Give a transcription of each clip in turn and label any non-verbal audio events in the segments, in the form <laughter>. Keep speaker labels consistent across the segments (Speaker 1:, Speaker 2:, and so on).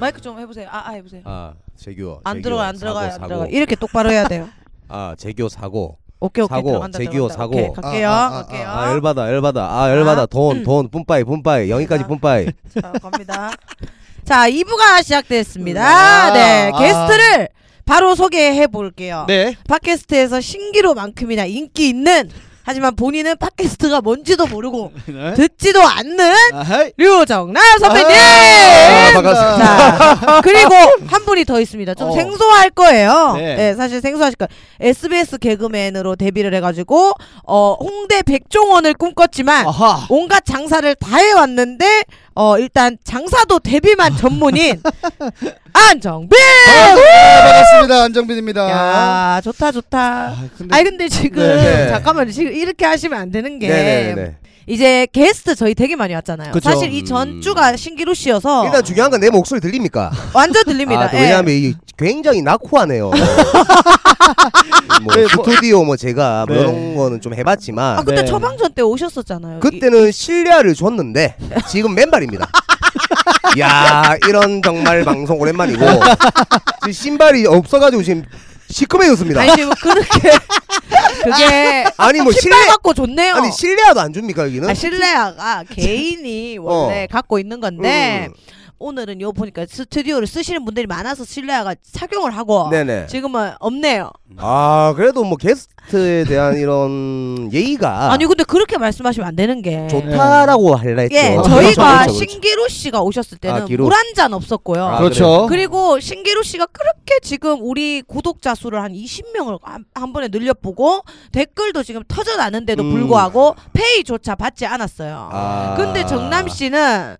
Speaker 1: 아, 아 해보세요.
Speaker 2: 아 재규어
Speaker 1: 안
Speaker 2: 재규어,
Speaker 1: 들어가 안
Speaker 2: 사고,
Speaker 1: 들어가요 안
Speaker 2: 사고.
Speaker 1: 들어가. 이렇게 똑바로 해야 돼요.
Speaker 2: 아 재규어 사고
Speaker 1: 오케이 오케이
Speaker 2: 사고,
Speaker 1: 들어간다
Speaker 2: 재규어
Speaker 1: 들어간다.
Speaker 2: 사고.
Speaker 1: 오케이, 갈게요
Speaker 3: 아, 아, 아,
Speaker 1: 갈게요.
Speaker 2: 아 열받아 열받아 아 열받아
Speaker 1: 아.
Speaker 2: 돈 돈 뿜빠이 뿜빠이 여기까지
Speaker 1: 아. <laughs>
Speaker 2: 뿜빠이
Speaker 1: 자, 갑니다. 자, 2부가 시작됐습니다.
Speaker 3: 아,
Speaker 1: 네,
Speaker 3: 아.
Speaker 1: 게스트를 바로 소개해 볼게요.
Speaker 3: 네.
Speaker 1: 팟캐스트에서 신기로만큼이나 인기 있는 하지만 본인은 팟캐스트가 뭔지도 모르고 듣지도 않는
Speaker 3: 아하이.
Speaker 1: 류정남 선배님.
Speaker 3: 아, 반갑습니다.
Speaker 1: 네.
Speaker 2: <laughs>
Speaker 1: 자, 그리고 한 분이 더 있습니다. 좀
Speaker 3: 어.
Speaker 1: 생소할 거예요. 네.
Speaker 3: 네.
Speaker 1: 사실 생소하실 거예요. SBS 개그맨으로 데뷔를 해가지고 어, 홍대 백종원을 꿈꿨지만
Speaker 2: 어.
Speaker 3: 아하.
Speaker 1: 온갖 장사를 다 해왔는데 어 일단 장사도 데뷔만 전문인 안정빈.
Speaker 3: 아, 반갑습니다. 안정빈입니다.
Speaker 1: 야 좋다 좋다.
Speaker 3: 아, 근데
Speaker 1: 아니 근데 지금
Speaker 3: 네, 네.
Speaker 1: 잠깐만 지금 이렇게 하시면 안 되는 게
Speaker 2: 네네네
Speaker 1: 이제 게스트 저희 되게 많이 왔잖아요.
Speaker 3: 그쵸.
Speaker 1: 사실 이 전주가 신기루 씨여서
Speaker 2: 일단 중요한 건 내 목소리 들립니까
Speaker 1: 완전 어. 들립니다. 예.
Speaker 2: 아, 또 왜냐하면 이
Speaker 1: <laughs>
Speaker 2: 굉장히 낙후하네요 뭐
Speaker 3: 네, 뭐-
Speaker 2: 스튜디오 뭐 제가 뭐
Speaker 3: 네.
Speaker 2: 이런 거는 좀
Speaker 1: 아
Speaker 2: 해봤지만
Speaker 1: 그때
Speaker 3: 네.
Speaker 1: 처방전 때 오셨었잖아요. 어, 이-
Speaker 2: 그때는 신뢰를 줬는데 지금 맨발입니다 야 이런 정말 방송 오랜만이고 지금 신발이 없어가지고 지금 시커매졌습니다
Speaker 1: <laughs> 아니 지금
Speaker 2: <laughs>
Speaker 1: 그렇게 그게
Speaker 2: 아니 뭐 신뢰
Speaker 1: 신발 갖고 좋네요.
Speaker 2: 아니 신뢰도 안 줍니까 여기는
Speaker 1: 아, 신뢰아가
Speaker 2: <laughs>
Speaker 1: 개인이 원래 갖고 있는 건데
Speaker 2: 어. 음.
Speaker 1: 오늘은 요 보니까 스튜디오를 쓰시는 분들이 많아서 신뢰아가 착용을 하고
Speaker 2: 음, 네네
Speaker 1: 지금은 없네요.
Speaker 2: 아 그래도 뭐 게스트에 대한 이런 예의가
Speaker 1: 아. 니 근데 그렇게 말씀하시면 안 되는 게
Speaker 2: 좋다라고 할라 했죠.
Speaker 1: 예,
Speaker 3: 그렇죠,
Speaker 1: 저희가
Speaker 2: 그렇죠, 그렇죠.
Speaker 1: 신기루 씨가 오셨을 때는
Speaker 2: 아, 기루.
Speaker 1: 물 한 잔 없었고요.
Speaker 2: 아,
Speaker 3: 그렇죠.
Speaker 1: 그리고 신기루 씨가 그렇게 지금 우리 구독자 수를 한 20명을 한, 한 번에 늘려보고 댓글도 지금 터져나는데도
Speaker 2: 음.
Speaker 1: 불구하고 페이조차 받지 않았어요.
Speaker 2: 아.
Speaker 1: 근데 정남 씨는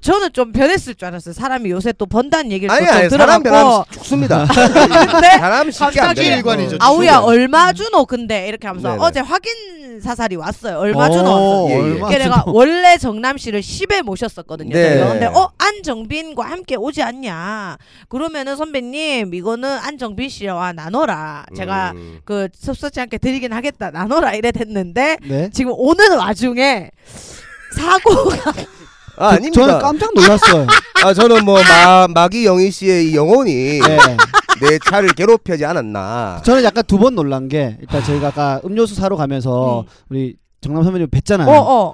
Speaker 1: 저는 좀 변했을 줄 알았어요. 사람이 요새 또 번다는 얘기를
Speaker 2: 아니
Speaker 1: 또좀
Speaker 2: 아니 사람 변함
Speaker 1: 들어봤고. <laughs>
Speaker 2: 죽습니다.
Speaker 1: 근데
Speaker 2: 사람 쉽게 안
Speaker 3: 갑자기
Speaker 2: 돼요.
Speaker 3: 일관이죠.
Speaker 1: 아우야
Speaker 3: 죽어요.
Speaker 1: 얼마 주노 근데 이렇게 하면서
Speaker 2: 네네.
Speaker 1: 어제 확인 사살이 왔어요. 얼마 주노?
Speaker 3: 어,
Speaker 2: 예, 예.
Speaker 3: 얼마
Speaker 1: 그래 그러니까 내가
Speaker 3: 주노?
Speaker 1: 원래 정남 씨를 10에 모셨었거든요.
Speaker 2: 네.
Speaker 1: 저희가. 근데 어 안정빈과 함께 오지 않냐? 그러면은 선배님 이거는 안정빈 씨와 나눠라. 제가
Speaker 2: 음.
Speaker 1: 그 섭섭지 않게 드리긴 하겠다. 나눠라 이래 됐는데
Speaker 3: 네.
Speaker 1: 지금 오는 와중에 사고가
Speaker 2: 아, 아닙니다.
Speaker 3: 그, 저는 깜짝
Speaker 2: <laughs>
Speaker 3: 놀랐어요.
Speaker 2: 아 저는 뭐 마, 마기 영희 씨의 이 영혼이
Speaker 3: 네.
Speaker 2: 내 차를 괴롭히지 않았나.
Speaker 3: 저는 약간 두 번 놀란 게 일단 저희가 아까 음료수 사러 가면서
Speaker 1: 음.
Speaker 3: 우리 정남 선배님 뵀잖아요.
Speaker 1: 어 어.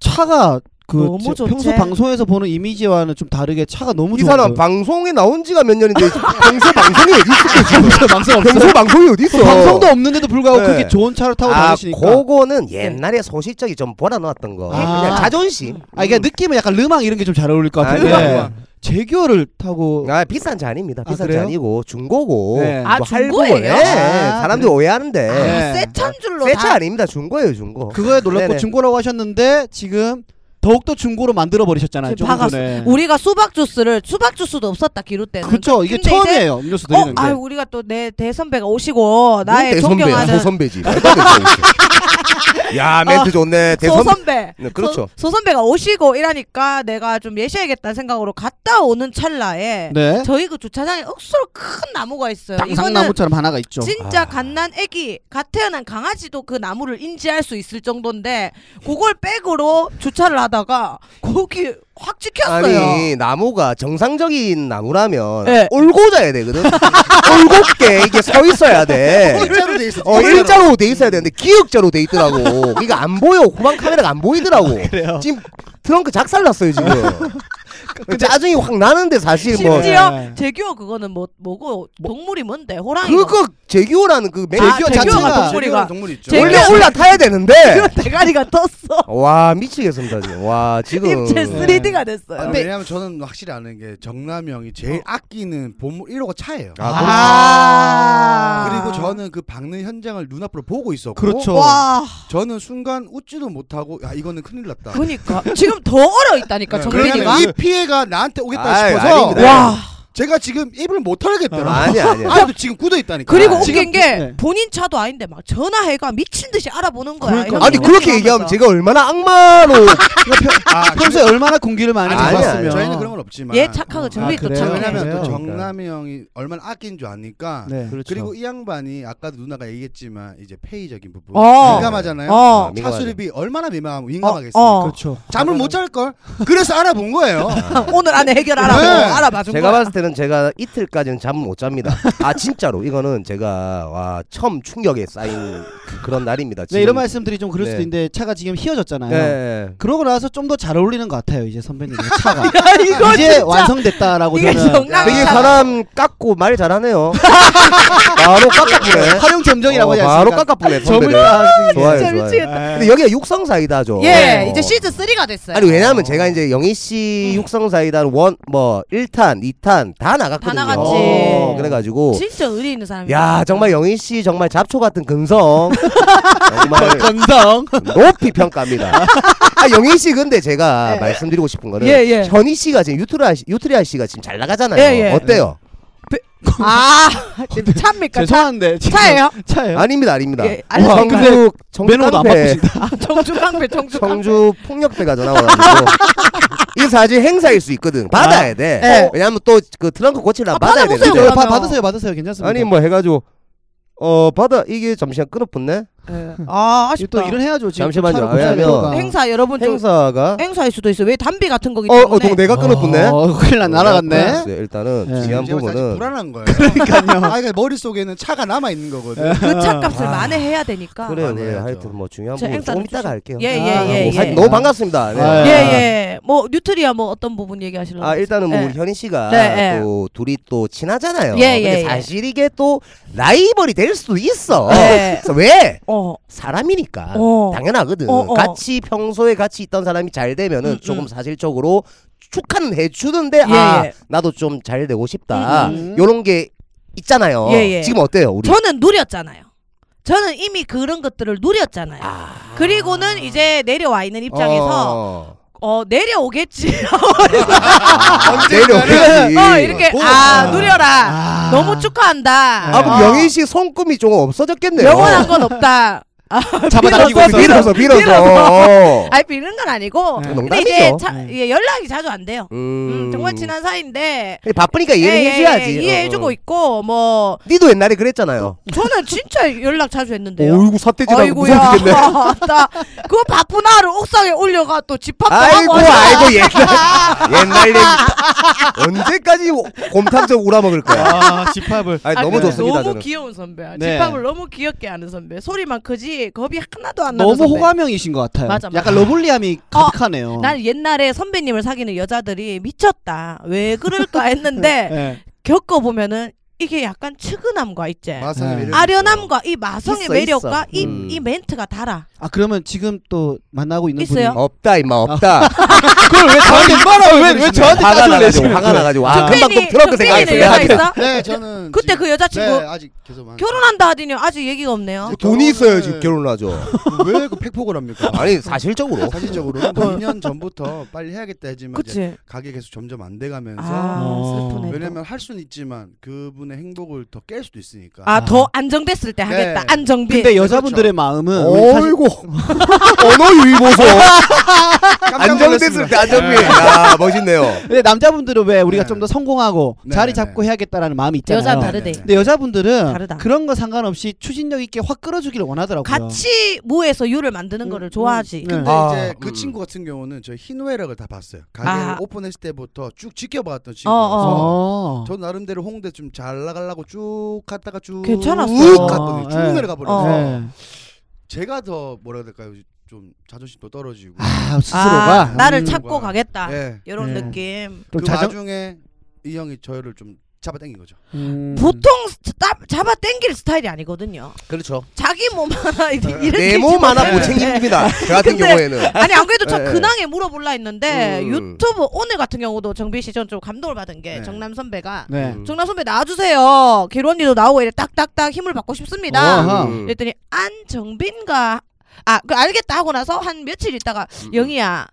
Speaker 3: 차가 그
Speaker 1: 너무
Speaker 3: 제-
Speaker 1: 좋지.
Speaker 3: 평소 방송에서 보는 이미지와는 좀 다르게 차가 너무
Speaker 2: 이
Speaker 3: 좋아요.
Speaker 2: 사람 방송에 나온 지가 몇 년인데 평소 방송이 어디
Speaker 3: <laughs>
Speaker 2: 있어?
Speaker 3: 방송
Speaker 2: 평소 방송이 어디 있어?
Speaker 3: 방송도 없는데도 불구하고
Speaker 2: 네.
Speaker 3: 그렇게 좋은 차를 타고
Speaker 2: 아,
Speaker 3: 다니시니까 네.
Speaker 2: 그거는 옛날에 소실적이 좀 몰아넣었던 거.
Speaker 3: 아.
Speaker 2: 그냥 자존심.
Speaker 3: 아
Speaker 1: 음.
Speaker 3: 이게 느낌은 약간 르망 이런 게 좀 잘 어울릴 것
Speaker 2: 아,
Speaker 3: 같은데
Speaker 2: 르망.
Speaker 3: 제규어를 타고
Speaker 2: 아 비싼 차 아닙니다.
Speaker 3: 아,
Speaker 2: 비싼 차
Speaker 3: 그래요?
Speaker 2: 아니고 중고고. 뭐
Speaker 3: 네.
Speaker 1: 아,
Speaker 2: 할부고.
Speaker 1: 중고예요?
Speaker 2: 예,
Speaker 3: 아,
Speaker 2: 사람들이 오해하는데
Speaker 3: 네.
Speaker 1: 세찬 줄로
Speaker 2: 새 차
Speaker 1: 다
Speaker 2: 아닙니다. 중고예요 중고.
Speaker 3: 그거에 놀랐고
Speaker 2: 어? 네네.
Speaker 3: 중고라고 하셨는데 지금 더욱더 중고로 만들어 버리셨잖아요.
Speaker 1: 지금
Speaker 3: 조금
Speaker 1: 박았어.
Speaker 3: 전에.
Speaker 1: 음. 우리가 수박 주스를 수박 주스도 없었다 기루 때는.
Speaker 3: 그쵸 이게
Speaker 1: 근데
Speaker 3: 처음이에요 음료수
Speaker 1: 이제, 어,
Speaker 3: 드리는 게.
Speaker 1: 아 우리가 또 내 대선배가 오시고 나의
Speaker 2: 뭐 대선배야
Speaker 1: 존경하는
Speaker 2: 소선배지. 말도 안 되는 <laughs> 소리지. 야 멘트 좋네. 대선.
Speaker 1: 소선배.
Speaker 2: 네, 그렇죠.
Speaker 1: 소, 소선배가 오시고 이러니까 내가 좀 예시해야겠다는 생각으로 갔다 오는 찰나에
Speaker 3: 네.
Speaker 1: 저희 그 주차장에 억수로 큰 나무가 있어요. 이거는
Speaker 3: 땅상나무처럼 하나가 있죠.
Speaker 1: 진짜
Speaker 2: 아.
Speaker 1: 갓난 애기, 갓 태어난 강아지도 그 나무를 인지할 수 있을 정도인데 그걸 백으로 주차를 하다가 거기 확 찍혔어요.
Speaker 2: 아니 나무가 정상적인 나무라면
Speaker 1: 네.
Speaker 2: 올고 자야 되거든. 올곧게 이게 서 있어야
Speaker 3: <laughs>
Speaker 2: 돼.
Speaker 3: 일자로 돼 있어.
Speaker 2: 어 일자로 돼 있어야 되는데 기역자로 돼 있더라고. 이거 안 보여. 후방 카메라가 안 보이더라고.
Speaker 3: 그래요.
Speaker 2: 지금 트렁크 작살났어요 지금. 짜증이 확 나는데 사실 뭐
Speaker 1: 심지어
Speaker 3: 네.
Speaker 1: 제규어 그거는 뭐 뭐고 동물이 뭔데 호랑이
Speaker 2: 그거 재규어라는 그 맹...
Speaker 1: 아,
Speaker 3: 제규어
Speaker 1: 제규어가
Speaker 3: 자체가
Speaker 1: 동물이가 <laughs>
Speaker 4: 동물 있죠.
Speaker 1: 제규어- 그렇죠.
Speaker 2: 원래 올라타야 되는데
Speaker 1: 제규어 대가리가 떴어
Speaker 2: 와 미치겠습니다 지금 와 지금
Speaker 1: 입체 3D가
Speaker 4: 아,
Speaker 1: 됐어요.
Speaker 4: 근데 왜냐면 저는 확실히 아는 게 정남이 형이 제일 아끼는 보물 1호가 차예요.
Speaker 1: 아.
Speaker 4: 그리고 저는 그 박는 현장을 눈앞으로 보고 있었고
Speaker 3: 그렇죠.
Speaker 1: 와
Speaker 4: 저는 순간 웃지도 못하고 야 이거는 큰일 났다. 네,
Speaker 1: 그니까 지금 더 얼어 있다니까 그러니까 정민이가
Speaker 4: 왜냐면 이 피해가 나한테 오겠다
Speaker 2: 아이,
Speaker 4: 싶어서
Speaker 2: 아닙니다.
Speaker 1: 와
Speaker 4: 제가 지금 입을 못 털겠더라.
Speaker 2: 아니야 아니야
Speaker 4: 아니 지금 굳어 있다니까.
Speaker 1: 그리고
Speaker 3: 아,
Speaker 1: 웃긴
Speaker 3: 지금-
Speaker 1: 게
Speaker 3: 네.
Speaker 1: 본인 차도 아닌데 막 전화해가 미친 듯이 알아보는 거야.
Speaker 3: 그러니까.
Speaker 1: 형님
Speaker 2: 아니 그렇게
Speaker 1: 하면서.
Speaker 2: 얘기하면 제가 얼마나 악마로
Speaker 4: 아,
Speaker 3: 평소에 얼마나 공기를 많이
Speaker 2: 아니야,
Speaker 3: 잡았으면.
Speaker 4: 저희는 그런 건 없지만
Speaker 1: 얘 예, 착하고 정민이
Speaker 3: 아,
Speaker 1: 또
Speaker 3: 그래요?
Speaker 1: 착해.
Speaker 4: 왜냐면
Speaker 3: 그래요.
Speaker 4: 또 정남이 형이 얼마나 아낀 줄 아니까
Speaker 3: 네.
Speaker 1: 그렇죠.
Speaker 4: 그리고이 양반이 아까도 누나가 얘기했지만 이제 페이적인 부분
Speaker 1: 어.
Speaker 4: 민감하잖아요.
Speaker 1: 어.
Speaker 2: 민감하죠.
Speaker 4: 차 수리비 얼마나 민감 민감하겠습니까?
Speaker 1: 어, 어.
Speaker 3: 그렇죠.
Speaker 4: 잠을 못 잘 걸. 그래서 알아본 거예요.
Speaker 1: <laughs> 오늘 안에 해결하라고
Speaker 4: 네.
Speaker 1: 알아봐 준
Speaker 2: 제가
Speaker 1: 거야.
Speaker 3: 뭐
Speaker 2: 봤을 때는 사실은 제가 이틀까지는 잠을 못 잡니다. 아 진짜로 이거는 제가 와 처음 충격에 쌓인 그- 그런 날입니다.
Speaker 3: 네, 이런 말씀들이 좀 그럴 수도
Speaker 2: 네.
Speaker 3: 있는데 차가 지금 휘어졌잖아요.
Speaker 2: 예.
Speaker 3: 그러고 나서 좀 더 잘 어울리는 것 같아요. 이제 선배님의 차가
Speaker 1: 이거
Speaker 3: 이제
Speaker 1: 진짜
Speaker 3: 완성됐다라고
Speaker 1: 이게
Speaker 3: 저는
Speaker 1: 정답
Speaker 2: 되게 사람 깎고 말
Speaker 3: <laughs>
Speaker 2: 잘하네요. 바로 깎아보네.
Speaker 3: 활용 점정이라고
Speaker 2: 어,
Speaker 3: 하지
Speaker 2: 바로
Speaker 3: 않습니까?
Speaker 2: 깎아보네.
Speaker 3: <laughs> 점을 네.
Speaker 2: 선배들.
Speaker 3: 깎는 게.
Speaker 2: 좋아요,
Speaker 1: 진짜
Speaker 2: 좋아요.
Speaker 1: 미치겠다.
Speaker 2: 근데 여기가 육성 사이다죠.
Speaker 1: 예,
Speaker 2: 어.
Speaker 1: 이제 시즌 3가 됐어요.
Speaker 2: 아니 왜냐면 제가 이제 영희 씨 육성 사이다는 원뭐 1탄, 2탄 다 나갔거든요.
Speaker 1: 다 나갔지.
Speaker 2: 어, 그래가지고
Speaker 1: 진짜 의리 있는 사람이야.
Speaker 2: 야 정말 영희 씨 정말 잡초 같은 근성 정말
Speaker 3: 건성.
Speaker 2: 네.
Speaker 1: <laughs>
Speaker 2: 높이 평가합니다. 아 영희 씨 근데 제가
Speaker 1: 예.
Speaker 2: 말씀드리고 싶은 거는
Speaker 1: 예, 예.
Speaker 2: 현희 씨가 지금 유트리아 씨, 유트리아 씨가 지금 잘 나가잖아요.
Speaker 1: 예, 예.
Speaker 2: 어때요?
Speaker 1: <laughs> 아, 참니까 차,
Speaker 3: <laughs> <laughs> 죄송한데 지금
Speaker 1: 차예요?
Speaker 3: 차예요.
Speaker 2: 아닙니다, 아닙니다.
Speaker 1: 예, 아니,
Speaker 2: 청주
Speaker 3: 근데
Speaker 2: 청주
Speaker 3: 매너도 안
Speaker 2: 깡패,
Speaker 3: 바꾸신다.
Speaker 1: 아, 청주 깡패, 청주 깡패.
Speaker 2: 청주 폭력배가
Speaker 1: <laughs>
Speaker 2: 전화 와가지고 이 사실 행사일 수 있거든. 받아야 돼.
Speaker 1: 예.
Speaker 2: 왜냐면 또 그 트렁크 고치려면
Speaker 1: 아,
Speaker 2: 받아야
Speaker 1: 받아보세요,
Speaker 2: 되는데.
Speaker 1: 그러면.
Speaker 3: 바, 받으세요, 받으세요. 괜찮습니다.
Speaker 2: 아니 뭐 해가지고 어 받아 이게 잠시만 끊어붙네.
Speaker 1: 예. 아,
Speaker 3: 이거
Speaker 1: 아쉽다.
Speaker 3: 또 일을 해야죠. 지금
Speaker 2: 잠시만요.
Speaker 3: 차를 고쳐야
Speaker 2: 왜냐면
Speaker 3: 되니까.
Speaker 1: 행사 여러분 좀 예,
Speaker 2: 행사가
Speaker 1: 행사일 수도 있어. 왜 담비 같은 거기 때문에.
Speaker 2: 어어 동 내가 끊어붙네.
Speaker 3: 어, 큰일 나 날아갔네.
Speaker 2: 끊어붙었어요. 일단은
Speaker 1: 네.
Speaker 3: 예.
Speaker 2: 중요한
Speaker 4: 제가 사실
Speaker 2: 부분은
Speaker 4: 불안한 거예요. 그러니까요. 아이가 머릿속에는 차가 남아 있는 거거든.
Speaker 1: 그 차값을 만회해야 되니까.
Speaker 2: 아. 그래요.
Speaker 4: 많이
Speaker 2: 그래요.
Speaker 4: 해야죠.
Speaker 2: 하여튼 뭐 중요한
Speaker 1: 저
Speaker 2: 부분
Speaker 1: 행사로
Speaker 2: 조금 이따가
Speaker 1: 주시-
Speaker 2: 할게요.
Speaker 1: 예,
Speaker 3: 아,
Speaker 1: 예, 예.
Speaker 2: 뭐 사-
Speaker 1: 예.
Speaker 2: 너무 반갑습니다. 네.
Speaker 3: 아,
Speaker 1: 예, 예. 뭐 뉴트리아 뭐 어떤 부분 얘기하시려고?
Speaker 2: 아 일단은 뭐
Speaker 1: 예.
Speaker 2: 우리 현희 씨가
Speaker 1: 네, 예.
Speaker 2: 또 둘이 또 친하잖아요.
Speaker 1: 예,
Speaker 2: 근데
Speaker 1: 예, 예.
Speaker 2: 사실 이게 또 라이벌이 될 수도 있어.
Speaker 1: 예.
Speaker 2: 그래서 왜
Speaker 1: 어.
Speaker 2: 사람이니까
Speaker 1: 어.
Speaker 2: 당연하거든.
Speaker 1: 어, 어.
Speaker 2: 같이 평소에 같이 있던 사람이 잘 되면은
Speaker 1: 음,
Speaker 2: 조금
Speaker 1: 음.
Speaker 2: 사실적으로 축하는 해주는데
Speaker 1: 예,
Speaker 2: 아
Speaker 1: 예.
Speaker 2: 나도 좀 잘 되고 싶다.
Speaker 1: 음,
Speaker 3: 음.
Speaker 2: 요런 게 있잖아요.
Speaker 1: 예, 예.
Speaker 2: 지금 어때요 우리?
Speaker 1: 저는 누렸잖아요. 저는 이미 그런 것들을 누렸잖아요.
Speaker 2: 아.
Speaker 1: 그리고는 이제 내려와 있는 입장에서
Speaker 2: 어. 예.
Speaker 1: 어, 내려오겠지.
Speaker 2: 아, 내려오지.
Speaker 1: <laughs> 어, 이렇게 아
Speaker 3: 아.
Speaker 1: 누려라.
Speaker 3: 아.
Speaker 1: 너무 축하한다.
Speaker 2: 아 그럼
Speaker 1: 어,
Speaker 2: 영희 씨 손금이 조금 없어졌겠네요. 아, 어.
Speaker 1: 영원한 건 없다.
Speaker 3: 잡아당기고
Speaker 1: 빌어서,
Speaker 2: 빌어서
Speaker 3: 있어.
Speaker 2: 빌어서. 어.
Speaker 1: <laughs> 아니 비는 건 아니고.
Speaker 3: 네.
Speaker 1: 근데
Speaker 2: 음. 농담이죠.
Speaker 1: 이제 차, 예, 연락이 자주 안 돼요. 음,
Speaker 2: 음.
Speaker 1: 정말 친한 사이인데
Speaker 2: 바쁘니까 <laughs> 이해를
Speaker 1: 예, 예,
Speaker 2: 해줘야지. 어,
Speaker 1: 예, 이해해주고 있고 어, 뭐
Speaker 2: 니도 옛날에 그랬잖아요.
Speaker 1: 저는 진짜 연락 자주 했는데요.
Speaker 2: 어이구 사태지라고 무서워
Speaker 1: 아이고야, <laughs>
Speaker 2: 죽겠네.
Speaker 1: 나 그거 바쁜 나를 옥상에 올려가 또 집합도
Speaker 2: 아이고
Speaker 1: 하고 하잖아.
Speaker 2: 아이고 옛날
Speaker 1: <laughs>
Speaker 2: 옛날 얘기 언제까지 곰탕적 우라먹을 거야.
Speaker 3: 아, 집합을.
Speaker 2: 아니,
Speaker 1: 아,
Speaker 2: 너무
Speaker 1: 근데
Speaker 2: 좋습니다.
Speaker 1: 너무
Speaker 2: 저는.
Speaker 1: 귀여운 선배야.
Speaker 3: 네.
Speaker 1: 집합을 너무 귀엽게 하는 선배. 소리만 크지 겁이 하나도 안 나는
Speaker 3: 너무
Speaker 1: 선배.
Speaker 3: 호감형이신 것 같아요.
Speaker 1: 맞아, 맞아. 어,
Speaker 3: 약간 러블리함이 가득하네요.
Speaker 1: 난 옛날에 선배님을 사귀는 여자들이 미쳤다. 왜 그럴까
Speaker 2: <laughs> 네.
Speaker 1: 했는데
Speaker 3: 예.
Speaker 1: 겪어 보면은 이게 약간 측은함과 있지.
Speaker 4: 어, 마성의
Speaker 3: 네.
Speaker 4: 매력이
Speaker 1: 아련함과 이 마성의
Speaker 2: 있어,
Speaker 1: 매력과
Speaker 2: 있어.
Speaker 1: 이 이
Speaker 2: 음.
Speaker 1: 멘트가 달아.
Speaker 3: 아 그러면 지금 또 만나고 있는
Speaker 1: 있어요?
Speaker 3: 분이
Speaker 2: 없다 임마
Speaker 1: 아. <laughs>
Speaker 2: 없다.
Speaker 3: 그걸 왜 저한테 말아? 왜왜 저한테
Speaker 2: 화가
Speaker 3: 따져
Speaker 2: 나가지고
Speaker 3: 내시는
Speaker 2: 화가
Speaker 3: 거예요?
Speaker 2: 나가지고 아
Speaker 1: 그 팬이-
Speaker 2: 금방 또 트렁크
Speaker 1: 팬이
Speaker 2: 생각했어.
Speaker 1: 여자
Speaker 2: 내가
Speaker 1: 있어?
Speaker 4: 네, 저는
Speaker 1: 그때
Speaker 4: 지금-
Speaker 1: 그 여자친구
Speaker 4: 네, 아직 계속 안-
Speaker 1: 결혼한다 하더니 아직 얘기가 없네요.
Speaker 2: 돈이 있어야
Speaker 1: 음.
Speaker 2: 지금 결혼을 하죠.
Speaker 4: 왜그 팩폭을 합니까?
Speaker 2: 아니 뭐. 사실적으로.
Speaker 4: 사실적으로는 뭐 2년 전부터 빨리 해야겠다 했지만 이제
Speaker 1: 그치?
Speaker 4: 가게 계속 점점 안 돼가면서
Speaker 1: 아
Speaker 3: 어.
Speaker 1: 슬프네.
Speaker 4: 왜냐면 할 수는 있지만 그분의 행복을 더 깰 수도 있으니까.
Speaker 1: 아 더 안정됐을 때 하겠다.
Speaker 4: 네.
Speaker 1: 안정비.
Speaker 3: 근데 여자분들의
Speaker 1: 그렇죠.
Speaker 3: 마음은 우리 사실
Speaker 2: 어이구 <laughs> 언어 유의보소
Speaker 4: 깜짝
Speaker 2: 안정됐을 때
Speaker 4: 놀랐습니다.
Speaker 2: 안정비. 야 아, 멋있네요.
Speaker 3: 근데 남자분들은 왜 우리가
Speaker 4: 네.
Speaker 3: 좀 더 성공하고
Speaker 4: 네,
Speaker 3: 자리
Speaker 4: 네,
Speaker 3: 잡고
Speaker 4: 네.
Speaker 3: 해야겠다라는 마음이 있잖아요.
Speaker 1: 여자는
Speaker 4: 다르-
Speaker 1: 다르대.
Speaker 4: 네.
Speaker 3: 근데 여자분들은
Speaker 1: 다르다.
Speaker 3: 그런 거 상관없이 추진력 있게 확 끌어주기를 원하더라고요.
Speaker 1: 같이 무에서 유를 만드는 거를 좋아하지.
Speaker 3: 네.
Speaker 4: 근데
Speaker 2: 아,
Speaker 4: 이제 그
Speaker 2: 음.
Speaker 4: 친구 같은 경우는 저 흰회락을 다 봤어요. 가게를
Speaker 1: 아.
Speaker 4: 오픈했을 때부터 쭉 지켜봤던
Speaker 1: 어.
Speaker 4: 친구라서
Speaker 3: 어.
Speaker 4: 저 나름대로 홍대 좀 잘 나가려고 쭉 갔다가 쭉
Speaker 1: 괜찮았어.
Speaker 4: 갔거든요. 쭉
Speaker 3: 네.
Speaker 4: 내려가
Speaker 1: 어.
Speaker 4: 버려서
Speaker 3: 네.
Speaker 4: 제가 더 뭐라 해야 될까요? 좀 자존심도 떨어지고.
Speaker 3: 아 스스로가
Speaker 1: 아, 나를
Speaker 3: 음.
Speaker 1: 찾고
Speaker 4: 거야.
Speaker 1: 가겠다.
Speaker 4: 예.
Speaker 1: 이런
Speaker 3: 네.
Speaker 1: 느낌.
Speaker 3: 좀
Speaker 4: 그
Speaker 3: 자정-
Speaker 4: 와중에 이 형이 저를 좀 잡아당긴 거죠.
Speaker 3: 음.
Speaker 1: 보통 스- 따- 잡아 당길 스타일이 아니거든요.
Speaker 2: 그렇죠.
Speaker 1: 자기 몸 하나 이- 이렇게
Speaker 2: 내 몸 하나 못
Speaker 1: 집어넣는데.
Speaker 2: 챙깁니다. 저
Speaker 1: 네,
Speaker 2: 같은
Speaker 1: 근데-
Speaker 2: 경우에는.
Speaker 1: 아니 안 그래도 저
Speaker 2: 예, 예.
Speaker 1: 근황에 물어볼라 했는데
Speaker 2: 음.
Speaker 1: 유튜브 오늘 같은 경우도 정빈 씨 저는 좀 감동을 받은 게
Speaker 4: 네.
Speaker 1: 정남 선배가
Speaker 3: 네.
Speaker 2: 음.
Speaker 1: 정남 선배 나와주세요. 개로 언니도 나오고 이래 딱딱딱 힘을 받고 싶습니다.
Speaker 3: 어. 아하.
Speaker 2: 음.
Speaker 1: 그랬더니 안정빈과 아 그 알겠다 하고 나서 한 며칠 있다가
Speaker 2: 음.
Speaker 1: 영희야.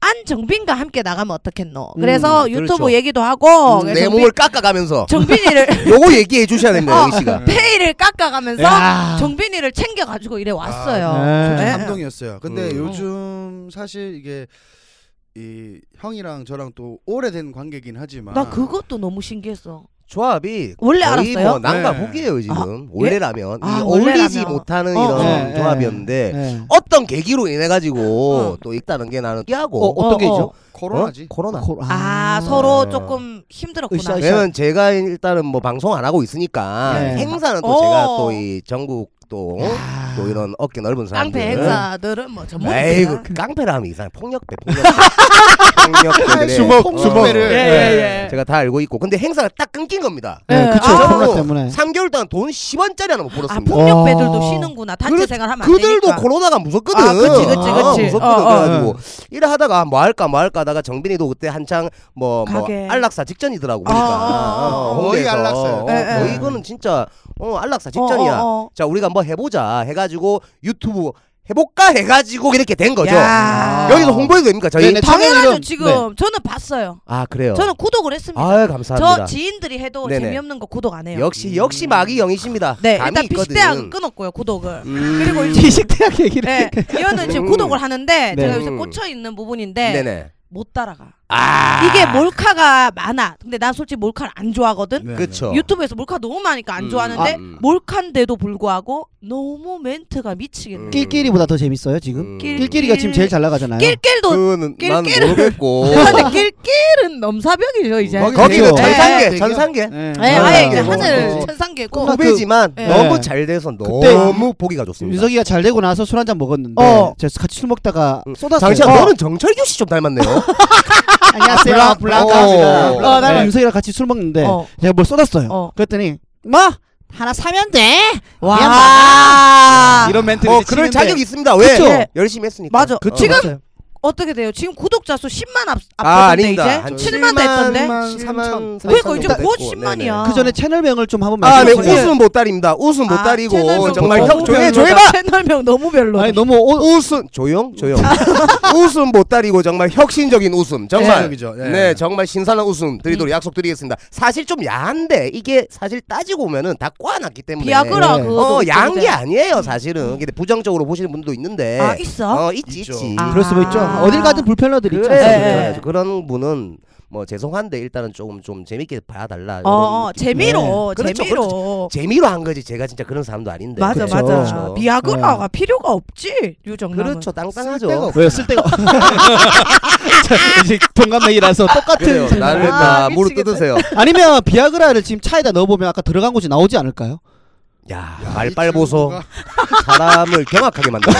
Speaker 1: 안정빈과 함께 나가면 어떻겠노? 그래서
Speaker 2: 음,
Speaker 1: 유튜브
Speaker 2: 그렇죠.
Speaker 1: 얘기도 하고
Speaker 2: 음,
Speaker 1: 그래서
Speaker 2: 내
Speaker 1: 정빈-
Speaker 2: 몸을 네. 깎아가면서
Speaker 1: <laughs>
Speaker 2: <laughs>
Speaker 1: 정빈이를
Speaker 2: 요거 얘기해 주셔야 됩니다,
Speaker 1: 어.
Speaker 2: 영희 씨가.
Speaker 1: 페이를 깎아가면서
Speaker 3: 야.
Speaker 1: 정빈이를 챙겨가지고 이래 왔어요.
Speaker 3: 아,
Speaker 4: 진짜
Speaker 1: 네.
Speaker 4: 감동이었어요. 근데
Speaker 2: 음.
Speaker 4: 요즘 사실 이게 이 형이랑 저랑 또 오래된 관계긴 하지만
Speaker 1: 나 그것도 너무 신기했어.
Speaker 2: 조합이
Speaker 1: 원래
Speaker 2: 거의
Speaker 1: 알았어요?
Speaker 2: 뭐 난가
Speaker 4: 네.
Speaker 2: 복이에요 지금 원래라면
Speaker 1: 아,
Speaker 2: 이 어울리지
Speaker 1: 원래라면.
Speaker 2: 못하는
Speaker 1: 어.
Speaker 2: 이런
Speaker 3: 네, 네.
Speaker 2: 조합이었는데
Speaker 3: 네.
Speaker 2: 어떤 계기로 인해 가지고
Speaker 1: 어.
Speaker 2: 또 있다는 뭐 게 나는 끼하고
Speaker 3: 어, 어떤 게
Speaker 1: 어,
Speaker 3: 있죠?
Speaker 1: 어.
Speaker 4: 코로나지.
Speaker 2: 코로나
Speaker 3: 코-
Speaker 1: 아, 서로 조금 힘들었구나.
Speaker 3: 으쌰, 으쌰.
Speaker 2: 왜냐면 제가 일단은 뭐 방송 안 하고 있으니까
Speaker 3: 네.
Speaker 2: 행사는 또
Speaker 1: 어.
Speaker 2: 제가 또 이 전국 또,
Speaker 3: 야.
Speaker 2: 또 이런 어깨 넓은 사람들 아,
Speaker 1: 깡패 행사들은 뭐 전문.
Speaker 2: 에이구 깡패라 하면 이상해 폭력배 폭력배 폭력배들의
Speaker 4: 아, 주먹,
Speaker 2: 어,
Speaker 4: 주먹배를.
Speaker 1: 예, 예, 예.
Speaker 2: 제가 다 알고 있고 근데 행사가 딱 끊긴 겁니다
Speaker 3: 네, 그쵸.
Speaker 1: 아.
Speaker 3: 코로나 때문에.
Speaker 2: 3개월 동안 돈 10원짜리 하나 못
Speaker 1: 아,
Speaker 2: 벌었습니다
Speaker 1: 폭력배들도
Speaker 3: 와.
Speaker 1: 쉬는구나. 단체
Speaker 2: 어. 그-
Speaker 1: 생활하면 안
Speaker 2: 그들도
Speaker 1: 되니까.
Speaker 2: 코로나가 무섭거든.
Speaker 1: 아, 그치, 그치,
Speaker 2: 아,
Speaker 1: 그치.
Speaker 2: 무섭거든.
Speaker 1: 어, 어.
Speaker 2: 그래가지고 이래 하다가 뭐 할까 뭐 할까 하다가 정빈이도 그때 한창 뭐, 뭐
Speaker 1: 가게.
Speaker 2: 안락사 직전이더라고 보니까.
Speaker 1: 아, 아, 아.
Speaker 2: 어,
Speaker 4: 거의
Speaker 2: 홍대에서.
Speaker 4: 안락사야.
Speaker 2: 어,
Speaker 1: 예, 예.
Speaker 2: 거의 이거는 진짜 어, 안락사 직전이야.
Speaker 1: 어, 어, 어.
Speaker 2: 자 우리가 한번 해보자 해가지고 유튜브 해볼까 해가지고 이렇게 된 거죠. 아.
Speaker 1: 야.
Speaker 2: 여기서 홍보해도 됩니까 저희?
Speaker 3: 네네.
Speaker 1: 당연하죠
Speaker 3: 채널
Speaker 1: 지금
Speaker 3: 이름.
Speaker 1: 저는 봤어요.
Speaker 2: 아 그래요.
Speaker 1: 저는 구독을 했습니다.
Speaker 2: 아 감사합니다.
Speaker 1: 저 지인들이 해도
Speaker 2: 네네.
Speaker 1: 재미없는 거 구독 안 해요.
Speaker 2: 역시 역시 마기 영이십니다.
Speaker 1: 네,
Speaker 2: 감이
Speaker 1: 일단
Speaker 2: 있거든.
Speaker 1: 비식대학은 끊었고요 구독을.
Speaker 2: 음.
Speaker 1: 그리고
Speaker 3: <laughs>
Speaker 1: 이제
Speaker 3: 지식대학 얘기를.
Speaker 1: 네, 이거는 지금
Speaker 2: 음.
Speaker 1: 구독을 하는데
Speaker 3: 네.
Speaker 1: 제가 요새
Speaker 2: 음.
Speaker 1: 꽂혀 있는 부분인데
Speaker 2: 네네.
Speaker 1: 못 따라가.
Speaker 2: 아
Speaker 1: 이게 몰카가 많아. 근데 난 솔직히 몰카를 안 좋아하거든.
Speaker 4: 네,
Speaker 2: 그쵸.
Speaker 1: 유튜브에서 몰카 너무 많으니까 안
Speaker 2: 어. 음,
Speaker 1: 좋아하는데
Speaker 2: 아, 음.
Speaker 1: 몰카인데도 불구하고 너무 멘트가 미치겠네.
Speaker 2: 음.
Speaker 3: 낄끼리보다 더 재밌어요 지금.
Speaker 2: 음.
Speaker 1: 낄-
Speaker 3: 낄끼리가 지금 제일 잘 나가잖아요.
Speaker 1: 낄낄도
Speaker 2: 그거는
Speaker 1: 낄-
Speaker 2: 난
Speaker 1: 낄- <laughs>
Speaker 2: 모르겠고
Speaker 1: 근데 낄낄은 넘사벽이죠 이제.
Speaker 3: 거기-
Speaker 2: 거기는
Speaker 3: 거기요.
Speaker 2: 전상계
Speaker 4: 네.
Speaker 2: 전상계
Speaker 1: 네,
Speaker 2: 아,
Speaker 1: 아예 이제
Speaker 2: 뭐,
Speaker 1: 하늘
Speaker 2: 뭐.
Speaker 1: 천상계고.
Speaker 3: 나 그-
Speaker 2: 후배지만
Speaker 1: 네.
Speaker 2: 너무 잘 돼서 너무 보기가 좋습니다.
Speaker 3: 윤석이가 잘 되고 나서 술 한 잔 먹었는데
Speaker 2: 어.
Speaker 3: 제가 같이 술 먹다가
Speaker 2: 음.
Speaker 3: 쏟았어요.
Speaker 2: 당신
Speaker 3: 어.
Speaker 2: 너는 정철규 씨
Speaker 1: <laughs>
Speaker 2: 좀 닮았네요.
Speaker 3: 안녕하세요
Speaker 2: 블랑-
Speaker 3: 블랑카입니다.
Speaker 2: 어.
Speaker 3: 어, 나는
Speaker 4: 네.
Speaker 3: 윤석이랑 같이 술 먹는데
Speaker 1: 어.
Speaker 3: 제가 뭘 쏟았어요.
Speaker 1: 어.
Speaker 3: 그랬더니 뭐 하나 사면 돼.
Speaker 1: 와.
Speaker 3: 이런 멘트.
Speaker 2: 어 그럴 자격 이 있습니다. 왜
Speaker 3: 그쵸? 네.
Speaker 2: 열심히 했으니까.
Speaker 1: 맞아.
Speaker 2: 어.
Speaker 1: 지금 어떻게 돼요? 지금 구독자 수 10만 앞,
Speaker 2: 아
Speaker 1: 앞섰는데
Speaker 2: 아닙니다.
Speaker 1: 이제
Speaker 2: 한
Speaker 1: 7만 됐던데.
Speaker 4: 7만
Speaker 2: 7만
Speaker 4: 3천.
Speaker 1: 그러니까 이제
Speaker 2: 정도
Speaker 1: 곧
Speaker 2: 됐고,
Speaker 1: 10만이야.
Speaker 2: 네네.
Speaker 3: 그 전에 채널명을 좀 한번
Speaker 2: 아, 네,
Speaker 3: 말씀해 주세요.
Speaker 2: 웃음 못 따립니다. 웃음 못
Speaker 1: 아,
Speaker 2: 따리고
Speaker 1: 채널명
Speaker 2: 정말
Speaker 1: 너무
Speaker 2: 형
Speaker 1: 별로다.
Speaker 2: 조용해 조용해 봐.
Speaker 1: 채널명 너무 별로.
Speaker 3: 아니 너무 어, 오,
Speaker 2: 웃음 조용 <laughs> 조용. 웃음 못 따리고 정말 혁신적인 웃음 정말
Speaker 4: 정상적이죠. 예.
Speaker 2: 네, 정말 신선한 웃음 드리도록 약속드리겠습니다. 사실 좀 야한데 이게 사실 따지고 보면은 다 꽈놨기 때문에
Speaker 1: 비아그라
Speaker 3: 네.
Speaker 1: 그거.
Speaker 2: 어, 야한 게 아니에요, 사실은. 근데 부정적으로 보시는 분들도 있는데.
Speaker 1: 아, 있어?
Speaker 2: 어, 있지, 있
Speaker 4: 있죠.
Speaker 2: 지
Speaker 1: 아.
Speaker 3: 그럴 수도 있죠. 어딜 가든 불편러들이 있죠.
Speaker 2: 그래,
Speaker 1: 네,
Speaker 3: 사실.
Speaker 1: 네.
Speaker 2: 그래. 그런 분은 뭐 죄송한데 일단은 조금 좀 재밌게 봐달라.
Speaker 1: 어, 어,
Speaker 2: 이런
Speaker 1: 재미로
Speaker 2: 네. 그렇죠,
Speaker 1: 재미로.
Speaker 2: 재미로 한 거지. 제가 진짜 그런 사람도 아닌데.
Speaker 1: 맞아
Speaker 3: 그렇죠.
Speaker 1: 맞아.
Speaker 2: 그렇죠.
Speaker 1: 비아그라가 필요가 없지. 유정남은.
Speaker 2: 그렇죠,
Speaker 4: 쓸데가
Speaker 2: 땅땅하죠.
Speaker 3: 왜요? 쓸데가 <laughs> 자, 이제 동갑내기라서 똑같은
Speaker 2: 그래요, 나를
Speaker 1: 아,
Speaker 2: 다 무릎
Speaker 1: 미치겠다.
Speaker 2: 뜯으세요.
Speaker 3: 아니면 비아그라를 지금 차에다 넣어보면 아까 들어간 곳이 나오지 않을까요?
Speaker 2: 야,
Speaker 4: 이
Speaker 2: 말빨보소
Speaker 4: 친구가
Speaker 2: 사람을 경악하게 만드네.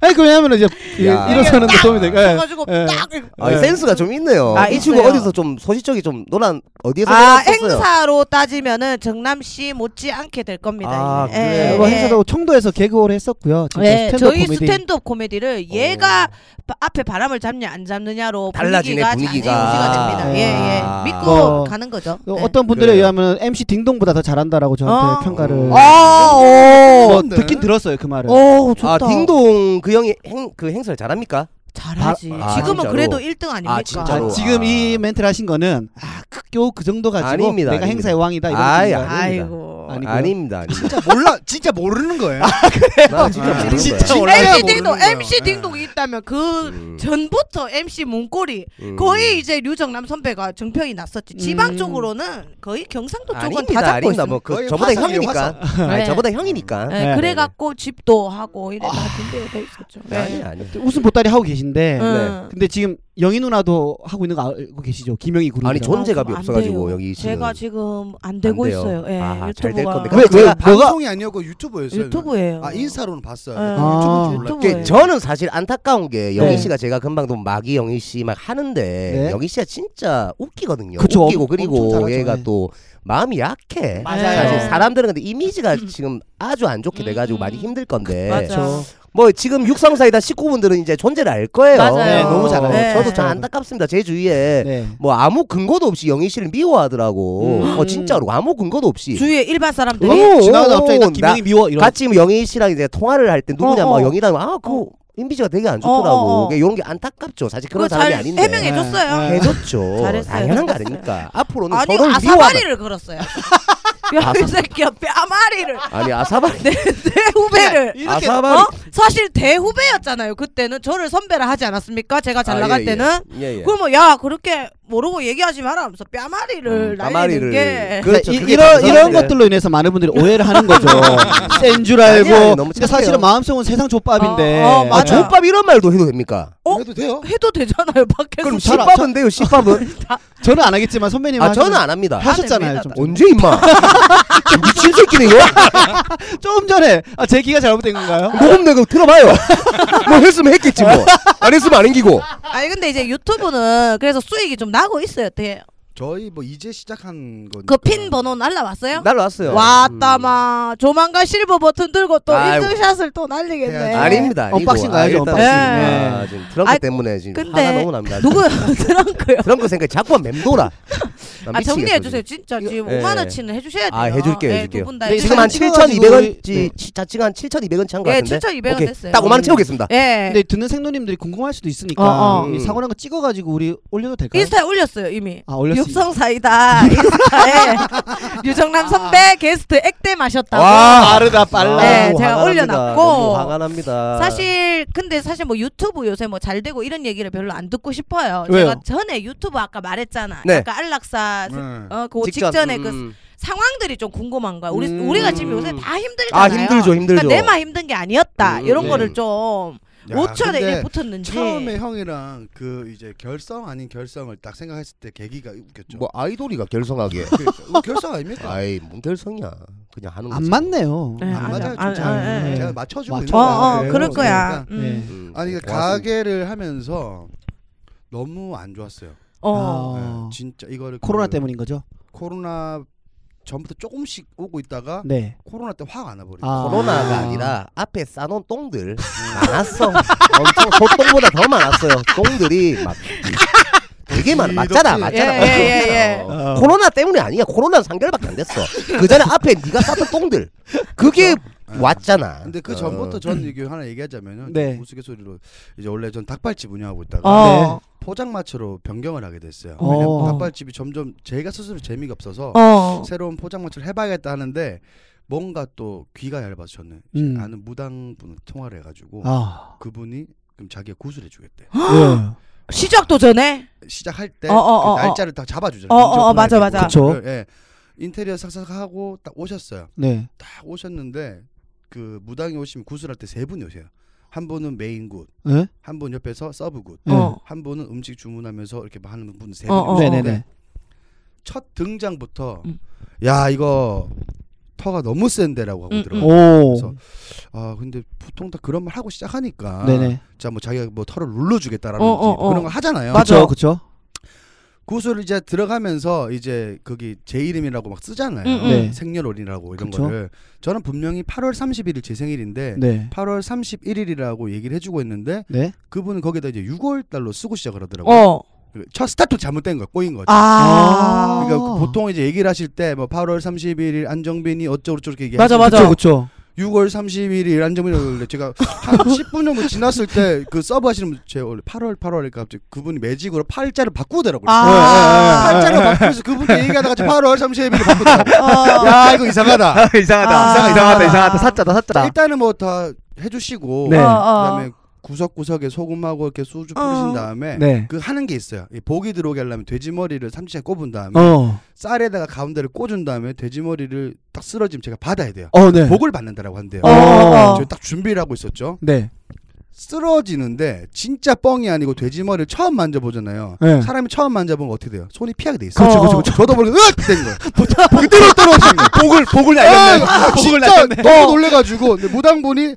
Speaker 3: 아니 그 왜냐면 이제
Speaker 2: 야.
Speaker 3: 이- 일어서는 데 도움이 되니까 예.
Speaker 1: 가지고
Speaker 3: 예.
Speaker 1: 딱.
Speaker 2: 아,
Speaker 3: 네.
Speaker 2: 센스가 좀 있네요.
Speaker 1: 아,
Speaker 2: 이 친구
Speaker 1: 있어요.
Speaker 2: 어디서 좀 소시적이 좀 노란 어디에서
Speaker 1: 아
Speaker 2: 놀았었어요?
Speaker 1: 행사로 따지면은 정남 씨 못지 않게 될 겁니다.
Speaker 2: 아,
Speaker 1: 이제.
Speaker 2: 그래요?
Speaker 1: 예,
Speaker 3: 뭐
Speaker 1: 예.
Speaker 3: 행사도 청도에서 개그홀 했었고요. 지금
Speaker 2: 네,
Speaker 1: 예,
Speaker 3: 스탠드업
Speaker 1: 저희
Speaker 3: 코미디.
Speaker 1: 스탠드업
Speaker 2: 어.
Speaker 1: 코미디를 얘가 바- 앞에 바람을 잡냐 안 잡느냐로
Speaker 2: 달라지네,
Speaker 1: 분위기가,
Speaker 2: 분위기가.
Speaker 1: 잘 유지가 됩니다. 예예
Speaker 2: 아.
Speaker 1: 믿고
Speaker 3: 뭐,
Speaker 1: 가는 거죠.
Speaker 3: 어,
Speaker 1: 예.
Speaker 3: 어떤 분들에
Speaker 2: 그래요.
Speaker 3: 의하면 MC 딩동보다 더 잘한다라고 저한테
Speaker 1: 어.
Speaker 3: 평가를
Speaker 2: 아, 오.
Speaker 3: 뭐
Speaker 4: 그런데?
Speaker 3: 듣긴 들었어요 그 말을.
Speaker 1: 오 좋다.
Speaker 2: 아, 딩동 그 형이 행, 그 행사를 잘합니까?
Speaker 1: 잘하지.
Speaker 2: 아,
Speaker 1: 지금은
Speaker 2: 진짜로?
Speaker 1: 그래도 1등 아닙니까?
Speaker 2: 아, 진짜로?
Speaker 3: 아, 지금
Speaker 2: 아.
Speaker 3: 이 멘트를 하신 거는 아 겨우 그 정도 가지고
Speaker 2: 아닙니다,
Speaker 3: 내가
Speaker 2: 아닙니다.
Speaker 3: 행사의 왕이다 이런
Speaker 2: 아이,
Speaker 3: 느낌인가요?
Speaker 2: 아닙니다.
Speaker 1: 아이고.
Speaker 3: 아니, 아니고요.
Speaker 2: 어, 아닙니다. 아닙니다.
Speaker 4: 진짜 몰라. 진짜 모르는 거예요.
Speaker 2: 나 진짜
Speaker 4: 아,
Speaker 2: 모르는
Speaker 4: 진짜
Speaker 2: 거야.
Speaker 4: 몰라.
Speaker 1: MC
Speaker 4: 모르는
Speaker 1: 딩동,
Speaker 4: 거예요.
Speaker 1: MC
Speaker 4: 예.
Speaker 1: 딩동이 있다면 그
Speaker 2: 음,
Speaker 1: 전부터 MC 문고리
Speaker 2: 음.
Speaker 1: 거의 이제 류정남 선배가 정평이 났었지. 지방
Speaker 3: 음.
Speaker 1: 쪽으로는 거의 경상도 쪽은
Speaker 2: 아닙니다,
Speaker 1: 다 잡고
Speaker 2: 아닙니다.
Speaker 1: 있습니다.
Speaker 2: 뭐 그,
Speaker 4: 거의
Speaker 2: 저보다
Speaker 4: 화석이에요,
Speaker 2: 형이니까.
Speaker 1: 네.
Speaker 2: 아니, 저보다 형이니까.
Speaker 1: 예,
Speaker 3: 네,
Speaker 1: 그래갖고 집도 하고
Speaker 2: 아.
Speaker 1: 이래 다 준비가 돼 있었죠. 음. 예.
Speaker 2: 아니 아니.
Speaker 3: 웃음 보따리 하고
Speaker 2: 네,
Speaker 3: 계신데
Speaker 1: 응.
Speaker 3: 근데 지금 영희 누나도 하고 있는 거 알고 계시죠? 김영희 그룹.
Speaker 2: 아니 존재감이
Speaker 1: 아, 안
Speaker 2: 없어가지고
Speaker 1: 돼요.
Speaker 2: 여기 씨는.
Speaker 1: 제가 지금 안 되고
Speaker 2: 돼요.
Speaker 1: 있어요. 예,
Speaker 2: 아, 잘될
Speaker 1: 유튜브가
Speaker 2: 겁니다.
Speaker 3: 왜, 왜, 뭐가
Speaker 4: 방송이 아니었고 유튜브였어요.
Speaker 1: 유튜브예요.
Speaker 4: 아 인스타로는 봤어요.
Speaker 1: 예.
Speaker 3: 아,
Speaker 4: 유튜브 몰라.
Speaker 1: 유튜브.
Speaker 2: 이게 저는 사실 안타까운 게 영희
Speaker 3: 네.
Speaker 2: 씨가 제가 금방도 마기 영희 씨 막 하는데
Speaker 3: 네.
Speaker 2: 영희 씨가 진짜 웃기거든요.
Speaker 3: 그쵸,
Speaker 2: 웃기고
Speaker 3: 엄- 엄청
Speaker 2: 그리고
Speaker 3: 잘하죠.
Speaker 2: 얘가
Speaker 3: 네.
Speaker 2: 또 마음이 약해.
Speaker 1: 맞아요.
Speaker 2: 사실
Speaker 1: 네.
Speaker 2: 사람들은 근데 이미지가 지금 아주 안 좋게
Speaker 1: 음.
Speaker 2: 돼가지고 많이 힘들 건데
Speaker 1: 맞아.
Speaker 2: 뭐 지금 육성사이다 식구분들은 이제 존재를 알 거예요.
Speaker 1: 맞아요. 네,
Speaker 3: 너무 잘알아요.
Speaker 2: 어, 저도
Speaker 1: 네.
Speaker 2: 참 안타깝습니다. 제 주위에
Speaker 3: 네.
Speaker 2: 뭐 아무 근거도 없이 영희 씨를 미워하더라고.
Speaker 3: 음.
Speaker 2: 어 진짜로 아무 근거도 없이.
Speaker 1: 주위에 일반 사람들이
Speaker 2: 어,
Speaker 3: 지나가다
Speaker 2: 어,
Speaker 3: 갑자기 나
Speaker 2: 나-
Speaker 3: 김영희 미워 이런.
Speaker 2: 같이 뭐 영희 씨랑 이제 통화를 할 때 누구냐
Speaker 1: 어, 어.
Speaker 2: 막 영희랑 아그 이미지가 되게 안 좋더라고.
Speaker 1: 어, 어, 어.
Speaker 2: 이런 게 안타깝죠. 사실 그런
Speaker 1: 그거
Speaker 2: 사람이
Speaker 1: 잘
Speaker 2: 아닌데.
Speaker 1: 해명해 줬어요.
Speaker 3: 네.
Speaker 2: 해줬죠.
Speaker 1: <laughs> 잘했어요.
Speaker 2: 당연한 거
Speaker 1: 잘했어요. <laughs>
Speaker 2: 아닙니까? 앞으로는
Speaker 1: 아니
Speaker 2: 서로를 미워하다.
Speaker 1: 아사바리를
Speaker 2: <laughs>
Speaker 1: 걸었어요. 야이 새끼야 뺨아리를
Speaker 2: 아니 아사바리. 아,
Speaker 1: 대후배를
Speaker 2: 이렇게-
Speaker 1: 어? 사실 대후배였잖아요. 그때는 저를 선배라 하지 않았습니까? 제가 <laughs> 잘
Speaker 2: 아,
Speaker 1: 나갈
Speaker 2: 예,
Speaker 1: 때는
Speaker 2: 예. 예, 예.
Speaker 1: 그러면 야 그렇게 모르고 얘기하지 마라 하면서 뼈마리를
Speaker 2: 음,
Speaker 1: 날리는
Speaker 2: 뼈마리를
Speaker 1: 게
Speaker 2: 그렇죠.
Speaker 3: 네, 이,
Speaker 2: 그게
Speaker 3: 이런
Speaker 2: 더
Speaker 3: 이런
Speaker 2: 사실은-
Speaker 3: 것들로 인해서 많은 분들이 오해를 하는
Speaker 2: <laughs>
Speaker 3: 거죠. 센 줄 알고.
Speaker 2: 아니, 아니, 너무 착해요.
Speaker 3: 근데 사실은 마음속은 세상 족밥인데.
Speaker 1: 어, 어,
Speaker 2: 아,
Speaker 1: 맞아.
Speaker 2: 족밥 이런 말도 해도 됩니까?
Speaker 1: 어?
Speaker 4: 해도 돼요?
Speaker 1: 해도 되잖아요 밖에서 네,
Speaker 2: 그 그럼
Speaker 3: 잘 아-
Speaker 2: 씨밥은 돼요, 씨밥은?
Speaker 1: <laughs>
Speaker 3: 저는 안 하겠지만 선배님
Speaker 2: 아, 저는 안 합니다. <laughs>
Speaker 3: 하셨잖아요.
Speaker 1: 안
Speaker 3: 좀,
Speaker 2: 언제 임마? <laughs> 미친 새끼네, 이거?
Speaker 3: 조금 전에 아, 제 귀가 잘못된 건가요?
Speaker 2: 녹음 내가 들어봐요. <laughs> 뭐 했으면 했겠지 뭐. 안 했으면 안 행기고.
Speaker 1: <laughs> 아니 근데 이제 유튜브는 그래서 수익이 좀 나고 있어요 어떻게
Speaker 4: 저희 뭐 이제 시작한 건데.
Speaker 1: 그 핀 번호 날라왔어요?
Speaker 2: 음. 날라왔어요. 음.
Speaker 1: 왔다마 조만간 실버 버튼 들고 또
Speaker 2: 아이고.
Speaker 1: 1등샷을 또 날리겠네
Speaker 4: 해야지.
Speaker 2: 아닙니다. 아니고.
Speaker 3: 언박싱
Speaker 2: 아,
Speaker 3: 가야죠,
Speaker 2: 일단
Speaker 3: 언박싱.
Speaker 2: 아,
Speaker 3: 예.
Speaker 2: 지금 트럼프
Speaker 1: 아이,
Speaker 2: 때문에 지금
Speaker 1: 근데
Speaker 2: 화가 너무 납니다.
Speaker 1: 누구야 <laughs> 트렁크요
Speaker 2: <laughs> 트럼프 생각 자꾸만 맴돌아. 나
Speaker 1: 아
Speaker 2: 미치겠어,
Speaker 1: 정리해
Speaker 2: 지금.
Speaker 1: 주세요 진짜
Speaker 3: 이거-
Speaker 1: 지금
Speaker 2: 예.
Speaker 1: 5만 원치는 해주셔야 돼요 예,
Speaker 2: 아, 해줄게요, 해줄게요.
Speaker 1: 두분다
Speaker 3: 근데
Speaker 2: 지금 한
Speaker 3: 사진 찍어가지고
Speaker 2: 7,200원
Speaker 3: 우리-
Speaker 2: 지 지- 자칭 한 7,200원 찬것
Speaker 1: 예,
Speaker 2: 같은데.
Speaker 1: 7,200원
Speaker 2: 오케이.
Speaker 1: 됐어요.
Speaker 2: 딱 5만 원 채우겠습니다.
Speaker 1: 예
Speaker 3: 근데 듣는 생도님들이 궁금할 수도 있으니까
Speaker 1: 어, 어.
Speaker 3: 이 사고난 거 찍어가지고 우리 올려도 될까요?
Speaker 1: 인스타에 올렸어요 이미
Speaker 3: 아 올렸습니다.
Speaker 1: 엽성 사이다 인스타에 유정남 선배 게스트 액땜 마셨다고
Speaker 3: 빠르다
Speaker 2: 아우,
Speaker 3: 빨라.
Speaker 1: 네, 제가
Speaker 2: 화가 납니다.
Speaker 1: 올려놨고.
Speaker 2: 너무 화가 납니다.
Speaker 1: 사실 근데 사실 뭐 유튜브 요새 뭐 잘 되고 이런 얘기를 별로 안 듣고 싶어요.
Speaker 3: 왜요?
Speaker 1: 제가 전에 유튜브 아까 말했잖아.
Speaker 2: 네.
Speaker 1: 아까 안락사
Speaker 4: 네.
Speaker 1: 어,
Speaker 2: 뭐
Speaker 1: 그 직전에 그 상황들이 좀 궁금한 거야. 우리
Speaker 2: 음.
Speaker 1: 우리가 지금 요새 다 힘들잖아요.
Speaker 2: 아, 힘들죠, 힘들죠.
Speaker 1: 그러니까 내만 힘든 게 아니었다.
Speaker 2: 음,
Speaker 1: 이런
Speaker 2: 음.
Speaker 1: 거를 좀
Speaker 4: 야,
Speaker 1: 5천에
Speaker 4: 네. 근데
Speaker 1: 이게 붙었는지.
Speaker 4: 처음에 형이랑 그 이제 결성 아닌 결성을 딱 생각했을 때 계기가 웃겼죠.
Speaker 2: 뭐 아이돌이가 결성하게.
Speaker 4: 그 결성 아닙니까?
Speaker 2: 아이, 뭔 결성이야. 그냥 하는 거지.
Speaker 3: 안 맞네요.
Speaker 1: 네, 맞아.
Speaker 4: 안 맞아요.
Speaker 1: 아, 아,
Speaker 4: 좀
Speaker 1: 아,
Speaker 4: 잘.
Speaker 3: 아.
Speaker 4: 제가 맞춰주고 있는
Speaker 1: 어, 어,
Speaker 4: 거예요.
Speaker 1: 그럴 거야.
Speaker 4: 그러니까.
Speaker 3: 네.
Speaker 1: 음.
Speaker 2: 음,
Speaker 4: 아니 그러니까
Speaker 2: 고맙습니다.
Speaker 4: 가게를 하면서 너무 안 좋았어요.
Speaker 1: 어.
Speaker 3: 어.
Speaker 4: 네, 진짜 이거를
Speaker 3: 코로나
Speaker 4: 그
Speaker 3: 때문인 거죠?
Speaker 4: 코로나 전부터 조금씩 오고 있다가
Speaker 3: 네.
Speaker 4: 코로나 때 확 안 와버리고
Speaker 3: 아.
Speaker 2: 코로나가 아니라 앞에 싸놓은 똥들 많았어. 엄청 소똥보다 더 많았어요. 똥들이 막 되게 많아. 맞잖아, 맞잖아.
Speaker 1: 예, 예, 예, 예.
Speaker 2: 어. 코로나 때문이 아니야. 코로나 3개월밖에 안 됐어. 그 전에 앞에 네가 쌌던 똥들 그게
Speaker 4: 예.
Speaker 2: 왔잖아.
Speaker 4: 근데
Speaker 2: 어.
Speaker 4: 그 전부터
Speaker 1: 음.
Speaker 4: 전 이게 하나 얘기하자면요.
Speaker 3: 네.
Speaker 4: 좀 우스갯소리로 이제 원래 전 닭발집 운영하고 있다가 네.
Speaker 1: 어.
Speaker 4: 포장마차로 변경을 하게 됐어요.
Speaker 3: 어.
Speaker 4: 왜냐면 닭발집이 점점 제가 스스로 재미가 없어서
Speaker 1: 어.
Speaker 4: 새로운 포장마차를 해봐야겠다 하는데 뭔가 또 귀가 얇아서 저는
Speaker 3: 음.
Speaker 4: 아는 무당분 통화를 해가지고
Speaker 3: 아.
Speaker 4: 그분이 그럼 자기가 구슬해주겠대.
Speaker 3: 예.
Speaker 1: 시작도 전에
Speaker 4: 시작할 때
Speaker 1: 어, 어, 어,
Speaker 4: 그 날짜를 딱 잡아주잖아요.
Speaker 1: 어,
Speaker 4: 먼저
Speaker 1: 어, 어,
Speaker 4: 보내야
Speaker 1: 맞아,
Speaker 4: 되고.
Speaker 1: 맞아.
Speaker 3: 그쵸.
Speaker 4: 예. 인테리어 싹싹 하고 딱 오셨어요.
Speaker 3: 네.
Speaker 4: 딱 오셨는데 그 무당이 오시면 구슬할 때 세 분이 오세요. 한 분은 메인 굿,
Speaker 3: 예?
Speaker 4: 한 분 옆에서 서브 굿,
Speaker 3: 네.
Speaker 1: 어.
Speaker 4: 한 분은 음식 주문하면서 이렇게 막 하는 분 세
Speaker 1: 어,
Speaker 4: 분이
Speaker 1: 어,
Speaker 4: 오셨는데
Speaker 3: 네네네.
Speaker 4: 첫 등장부터
Speaker 1: 음.
Speaker 4: 야 이거 터가 너무 센데라고 하고
Speaker 1: 음,
Speaker 4: 들어요.
Speaker 3: 오.
Speaker 4: 그래서 아 근데 보통 다 그런 말 하고 시작하니까
Speaker 3: 네네.
Speaker 4: 자 뭐 자기가 뭐 털을 눌러주겠다라는
Speaker 1: 어, 어, 어.
Speaker 4: 그런 거 하잖아요.
Speaker 3: 그쵸 그쵸.
Speaker 4: 구슬 이제 들어가면서 이제 거기 제 이름이라고 막 쓰잖아요.
Speaker 1: 음,
Speaker 3: 음. 네.
Speaker 4: 생년월일이라고 이런
Speaker 3: 그쵸.
Speaker 4: 거를 저는 분명히 8월 31일 제 생일인데
Speaker 3: 네.
Speaker 4: 8월 31일이라고 얘기를 해주고 있는데
Speaker 3: 네.
Speaker 4: 그분은 거기다 이제 6월 달로 쓰고 시작을 하더라고요. 그
Speaker 1: 어.
Speaker 4: 첫 스타트 잘못된 거야 꼬인 거죠.
Speaker 1: 아.
Speaker 4: 그러니까 그 보통 이제 얘기를 하실 때 뭐 8월 31일 안정빈이 어쩌고 저쩌고 얘기하고
Speaker 1: 맞아, 맞아.
Speaker 3: 그쵸 그쵸.
Speaker 4: 6월 31일 안정빈이라고 그러는데 제가 한 10분 정도 지났을 때 그 서브 하시는 분 제가 원래 8월 8월에 갑자기 그분이 매직으로 팔자를 바꾸더라고요. 네.
Speaker 1: 아.
Speaker 4: 팔자를 바꾸면서 그분께 얘기하다가 8월 31일 바꾸더라고요.
Speaker 1: 어.
Speaker 4: 야 이거 이상하다.
Speaker 1: 아.
Speaker 3: 이상하다. 이상하다. 이상하다. 사짜다. 사짜다.
Speaker 4: 일단은 뭐 다 해주시고
Speaker 3: 네.
Speaker 1: 어, 어.
Speaker 4: 그다음에 구석구석에 소금하고 이렇게 소주 뿌리신
Speaker 1: 어.
Speaker 4: 다음에
Speaker 3: 네.
Speaker 4: 그 하는 게 있어요. 이 복이 들어오게 하려면 돼지 머리를 삼치에 꼽은 다음에
Speaker 3: 어.
Speaker 4: 쌀에다가 가운데를 꽂은 다음에 돼지 머리를 딱 쓰러지면 제가 받아야 돼요.
Speaker 3: 어 네.
Speaker 4: 복을 받는다라고 한대요.
Speaker 1: 어, 어, 어.
Speaker 4: 저희 딱 준비를 하고 있었죠.
Speaker 3: 네.
Speaker 4: 쓰러지는데 진짜 뻥이 아니고 돼지 머리를 처음 만져보잖아요.
Speaker 3: 네.
Speaker 4: 사람이 처음 만져보면 어떻게 돼요? 손이 피하게 돼 있어요.
Speaker 1: 그렇죠, 그렇죠, 그렇죠.
Speaker 4: 저도 모르게 으악 된 거예요.
Speaker 2: 복대로 떨어지는 복을 복을 날렸네.
Speaker 4: 아,
Speaker 2: 복을
Speaker 4: 진짜 너무 놀래가지고 근데 무당분이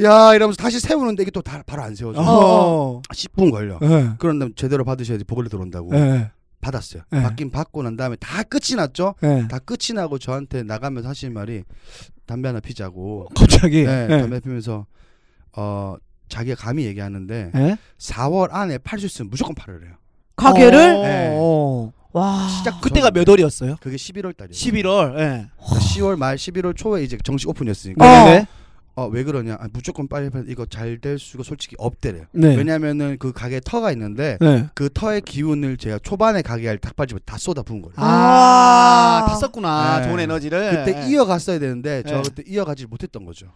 Speaker 4: 야 이러면서 다시 세우는데 이게 또 다, 바로 안 세워져. 요
Speaker 3: 어.
Speaker 4: 10분 걸려.
Speaker 3: 예.
Speaker 4: 그런 다음 제대로 받으셔야지 복을 들어온다고
Speaker 3: 예.
Speaker 4: 받았어요.
Speaker 3: 네.
Speaker 4: 받긴 받고 난 다음에 다 끝이 났죠.
Speaker 3: 예.
Speaker 4: 다 끝이 나고 저한테 나가면서 하시는 말이 담배 하나 피자고.
Speaker 3: 갑자기.
Speaker 4: 네,
Speaker 3: 예.
Speaker 4: 담배 피면서 어 자기가 감히 얘기하는데
Speaker 3: 예?
Speaker 4: 4월 안에 팔 수 있으면 무조건 팔으래요.
Speaker 1: 가게를
Speaker 4: 네.
Speaker 3: 어.
Speaker 1: 와.
Speaker 4: 시작
Speaker 3: 그때가 몇 월이었어요?
Speaker 4: 그게 11월 달이에요. 그러니까
Speaker 3: 11월. 예.
Speaker 4: 10월 말 11월 초에 이제 정식 오픈이었으니까
Speaker 1: 어.
Speaker 3: 네네.
Speaker 4: 어. 어 왜 그러냐 아, 무조건 빨리 팔 이거 잘 될 수가 솔직히 없대래요
Speaker 3: 네.
Speaker 4: 왜냐면은 그 가게 터가 있는데
Speaker 3: 네.
Speaker 4: 그 터의 기운을 제가 초반에 가게 할 닭발집에 다 쏟아부은 거예요
Speaker 3: 아,
Speaker 1: 아.
Speaker 3: 다 썼구나.
Speaker 4: 네.
Speaker 3: 좋은 에너지를. 예.
Speaker 4: 그때 이어갔어야 되는데
Speaker 3: 아, 네.
Speaker 4: 제가 그때 이어가지 못했던 거죠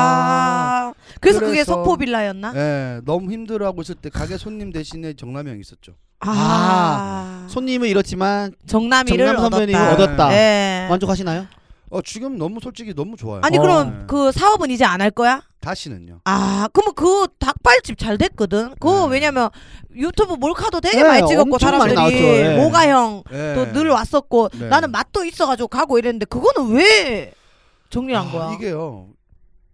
Speaker 1: 아, 그래서, 그게
Speaker 4: 그래서-
Speaker 1: 석포 빌라였나?
Speaker 4: 예, 너무 힘들어하고 있을 때 가게 손님 대신에 정남이 형 있었죠
Speaker 1: 아,
Speaker 3: 손님은 이렇지만
Speaker 1: 정남이를
Speaker 3: 정남 선배님을
Speaker 1: 얻었다.
Speaker 4: 얻었-
Speaker 3: 얻었다.
Speaker 1: 네.
Speaker 3: 만족하시나요?
Speaker 4: 어 지금 너무 솔직히 너무 좋아요
Speaker 1: 아니
Speaker 3: 어.
Speaker 1: 그럼 그 사업은 이제 안 할 거야?
Speaker 4: 다시는요
Speaker 1: 아, 그러면 그 닭발집 잘 됐거든. 그거
Speaker 4: 네.
Speaker 1: 왜냐면 유튜브 몰카도 되게
Speaker 3: 네,
Speaker 1: 많이 찍었고
Speaker 3: 엄청
Speaker 1: 사람들이
Speaker 3: 많이 나왔죠. 네.
Speaker 1: 모가 형
Speaker 4: 예.
Speaker 1: 또 늘 왔었고
Speaker 4: 네.
Speaker 1: 나는 맛도 있어가지고 가고 이랬는데 그거는 왜 정리한
Speaker 4: 아,
Speaker 1: 거야?
Speaker 4: 이게요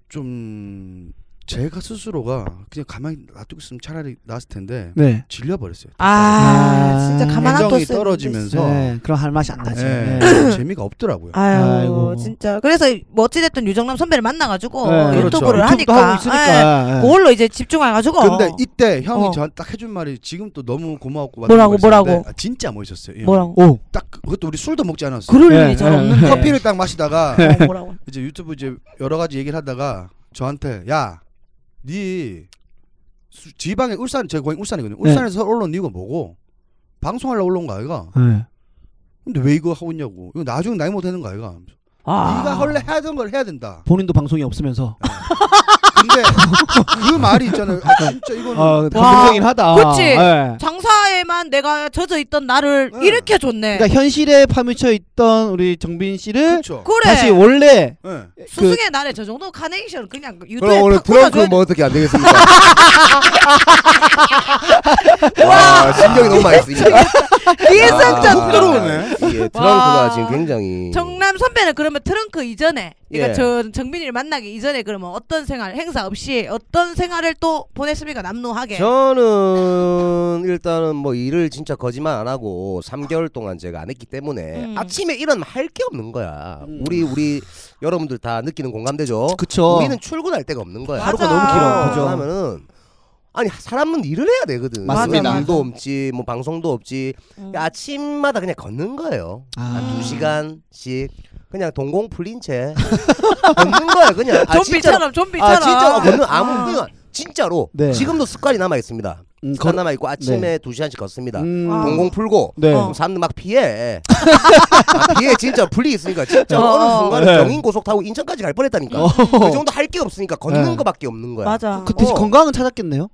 Speaker 4: 좀 제가 스스로가 그냥 가만히 놔두고 있으면 차라리 나았을 텐데
Speaker 3: 네.
Speaker 4: 질려버렸어요
Speaker 1: 아,
Speaker 3: 아,
Speaker 1: 진짜 가만 안
Speaker 4: 애정이
Speaker 1: 뒀어요.
Speaker 4: 떨어지면서
Speaker 3: 네. 그럼 할 맛이 안 나지.
Speaker 4: 예,
Speaker 3: 네.
Speaker 4: 재미가 없더라고요
Speaker 1: 아유,
Speaker 3: 아이고.
Speaker 1: 진짜 그래서 뭐 어찌됐든 유정남 선배를 만나가지고
Speaker 3: 네.
Speaker 1: 유튜브를
Speaker 3: 그렇죠. 유튜브도
Speaker 1: 하니까
Speaker 3: 하고 있으니까.
Speaker 1: 예,
Speaker 3: 네.
Speaker 1: 그걸로 이제 집중해가지고
Speaker 4: 근데 이때 형이
Speaker 1: 어.
Speaker 4: 저한테 딱 해준 말이 지금 또 너무 고마웠고 맞는
Speaker 1: 뭐라고,
Speaker 4: 거 있었는데
Speaker 1: 뭐라고?
Speaker 4: 아, 진짜 멋있었어요. 이 형이.
Speaker 1: 뭐라고
Speaker 3: 오.
Speaker 4: 딱 그- 그것도 우리 술도 먹지 않았어.
Speaker 1: 그럴
Speaker 3: 예,
Speaker 1: 일이 잘
Speaker 3: 예,
Speaker 4: <laughs>
Speaker 1: 없는데
Speaker 4: 커피를 딱
Speaker 3: 네.
Speaker 4: 마시다가
Speaker 1: 어, 뭐라고
Speaker 4: 이제 유튜브 이제 여러 가지 얘기를 하다가 저한테 야네 지방에 울산 제가 고향 울산이거든요.
Speaker 3: 네.
Speaker 4: 울산에서 올라온 이유가 뭐고 방송하려 올라온 거 아이가?
Speaker 3: 네.
Speaker 4: 근데 왜 이거 하고 있냐고? 이거 나중에 나이 못 되는 거 아이가? 하면서 네가 원래 하던 걸 해야 된다.
Speaker 3: 본인도 방송이 없으면서.
Speaker 4: 근데 그 말이 있잖아요. 아, 진짜 이거는
Speaker 3: 아, 감동적이긴 하다.
Speaker 1: 그치.
Speaker 3: 네.
Speaker 1: 장사에만 내가 젖어 있던 나를
Speaker 4: 네.
Speaker 1: 일으켜 줬네.
Speaker 3: 그러니까 현실에 파묻혀 있던 우리 정빈 씨를
Speaker 4: 그렇죠.
Speaker 1: 그래.
Speaker 3: 다시 원래
Speaker 4: 예.
Speaker 1: 스승의 날에 저 정도 카네이션 그냥
Speaker 2: 그럼
Speaker 1: 그 유튜브에
Speaker 2: 오늘
Speaker 1: 팍 꽂아줘야
Speaker 2: 트렁크 뭐 어떻게 안 되겠습니까? 와 신경이 너무 많이 <laughs> 쓰입니다.
Speaker 1: 뒤에서
Speaker 2: 아,
Speaker 1: 아,
Speaker 4: 들어오네.
Speaker 2: 예, 트렁크가
Speaker 1: 와.
Speaker 2: 지금 굉장히
Speaker 1: 정남 선배는 그러면 트렁크 이전에 그러니까
Speaker 2: 음. 예.
Speaker 1: 저 정빈이를 만나기 이전에 그러면 어떤 생활 행사 없이 어떤 생활을 또 보냈습니까 남노하게
Speaker 2: 저는 일단은 뭐 일을 진짜 거짓말 안 하고 3개월 동안 제가 안 했기 때문에
Speaker 1: 아. 음.
Speaker 2: 아침에 일어나면 할 게 없는 거야.
Speaker 3: 음.
Speaker 2: 우리 우리 여러분들 다 느끼는 공감되죠?
Speaker 3: 그쵸.
Speaker 2: 우리는 출근할 데가 없는 거야.
Speaker 1: 하루가 맞아. 너무 길어. 그죠.
Speaker 2: 하면은 아니 사람은 일을 해야 되거든.
Speaker 3: 맞습니다.
Speaker 2: 일도 없지, 뭐 방송도 없지.
Speaker 1: 음.
Speaker 2: 아침마다 그냥 걷는 거예요.
Speaker 3: 아.
Speaker 2: 한
Speaker 1: 아.
Speaker 2: 두 시간씩 그냥 동공 풀린 채 <laughs> 걷는 거야 그냥. 아, 진짜로.
Speaker 1: 좀비처럼 좀비처럼 음.
Speaker 2: 아 진짜 걷는 아무 그냥 진짜로
Speaker 3: 네.
Speaker 2: 지금도 습관이 남아 있습니다.
Speaker 3: 음,
Speaker 2: 습관
Speaker 3: 거-
Speaker 2: 남아 있고
Speaker 1: 네.
Speaker 2: 아침에 두 시간씩 걷습니다.
Speaker 3: 음,
Speaker 1: 아.
Speaker 2: 동공 풀고
Speaker 3: 네.
Speaker 1: 어.
Speaker 2: 사람들 막 피해. 막 피해 진짜 불리 있으니까 진짜
Speaker 1: 어.
Speaker 2: 어느 순간
Speaker 3: 네.
Speaker 2: 경인 고속 타고 인천까지 갈 뻔했다니까. 그 정도 할 게 없으니까 걷는
Speaker 3: 네.
Speaker 2: 거밖에 없는 거야.
Speaker 1: 맞아
Speaker 3: 그 대신
Speaker 2: 어.
Speaker 3: 건강은 찾았겠네요.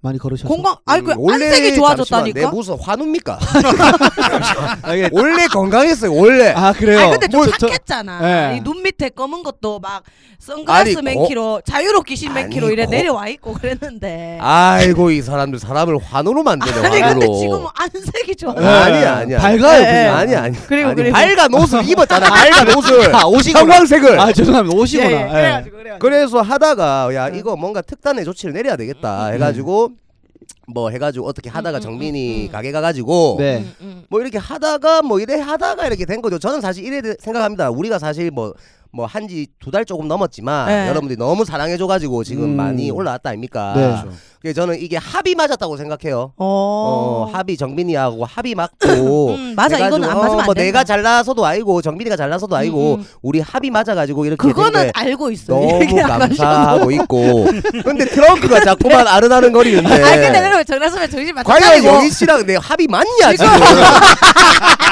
Speaker 3: 많이 걸으셔서.
Speaker 1: 건강 아니 그
Speaker 2: 음, 원래
Speaker 1: 안색이
Speaker 2: 잠시만, 내뭐
Speaker 1: 좋아졌다니까
Speaker 2: 무슨 화누입니까?
Speaker 3: 아, 예.
Speaker 2: 원래 건강했어요. 원래.
Speaker 3: 아 그래요.
Speaker 1: 아니 근데 좀
Speaker 3: 뭐, 저-
Speaker 1: 착했잖아
Speaker 3: 예.
Speaker 1: 이 눈 밑에 검은 것도 막 선글라스
Speaker 2: 아니, 고-
Speaker 1: 맨키로 자유롭게 신 맨키로
Speaker 2: 아니,
Speaker 1: 이래
Speaker 2: 고-
Speaker 1: 내려와 있고 그랬는데
Speaker 2: 아이고 이 사람들 사람을 환호로 만드네
Speaker 1: 네. 아니
Speaker 2: 환호로.
Speaker 1: 근데 지금 뭐- 안색이 좋아
Speaker 3: 예.
Speaker 2: 아니야, 아니야.
Speaker 3: 밝아요.
Speaker 1: 예, 예.
Speaker 3: 그냥.
Speaker 2: 아니 아니.
Speaker 1: 그리고,
Speaker 2: 아니,
Speaker 1: 그리고. 예,
Speaker 2: 빨간 옷을 입었잖아. 빨간 옷을.
Speaker 3: 아 오시거나.
Speaker 2: 형광색을.
Speaker 3: 아 죄송합니다. 오시거나.
Speaker 1: 예, 예. 그래가지고 그래가지고
Speaker 2: 그래서 하다가 야 이거 뭔가 특단의 조치를 내려야 되겠다 해가지고 뭐 해가지고 어떻게 하다가
Speaker 1: 음, 음,
Speaker 2: 정민이
Speaker 1: 음.
Speaker 2: 가게 가가지고
Speaker 3: 네.
Speaker 1: 음, 음.
Speaker 2: 뭐 이렇게 하다가 뭐 이래 하다가 이렇게 된 거죠. 저는 사실 이래 생각합니다. 우리가 사실 뭐. 뭐 한지 두 달 조금 넘었지만
Speaker 1: 네.
Speaker 2: 여러분들이 너무 사랑해줘가지고 지금
Speaker 3: 음.
Speaker 2: 많이 올라왔다 아닙니까?
Speaker 3: 네.
Speaker 4: 그렇죠.
Speaker 2: 그래서 저는 이게 합이 맞았다고 생각해요.
Speaker 1: 어.
Speaker 2: 어, 합이 정민이하고 합이 맞고
Speaker 1: 음, 맞아.
Speaker 2: 내가
Speaker 1: 이거는
Speaker 2: 좀,
Speaker 1: 안 맞으면
Speaker 2: 어,
Speaker 1: 안
Speaker 2: 뭐
Speaker 1: 된다.
Speaker 2: 내가 잘나서도 아니고 정민이가 잘나서도 아니고
Speaker 1: 음, 음.
Speaker 2: 우리 합이 맞아가지고 그러니까 이렇게
Speaker 1: 그거는
Speaker 2: 됐는데
Speaker 1: 알고 있어.
Speaker 2: 너무
Speaker 1: 얘기 안 하셔도. <laughs>
Speaker 2: 감사하고 있고 근데 트렁크가 자꾸만 아른아른 거리는데
Speaker 1: 아 근데 뭐 여러분 정나선배 정신 맞차리
Speaker 2: 과연
Speaker 1: 고
Speaker 2: 영희 씨랑 내 합이 맞냐 지금
Speaker 1: <laughs>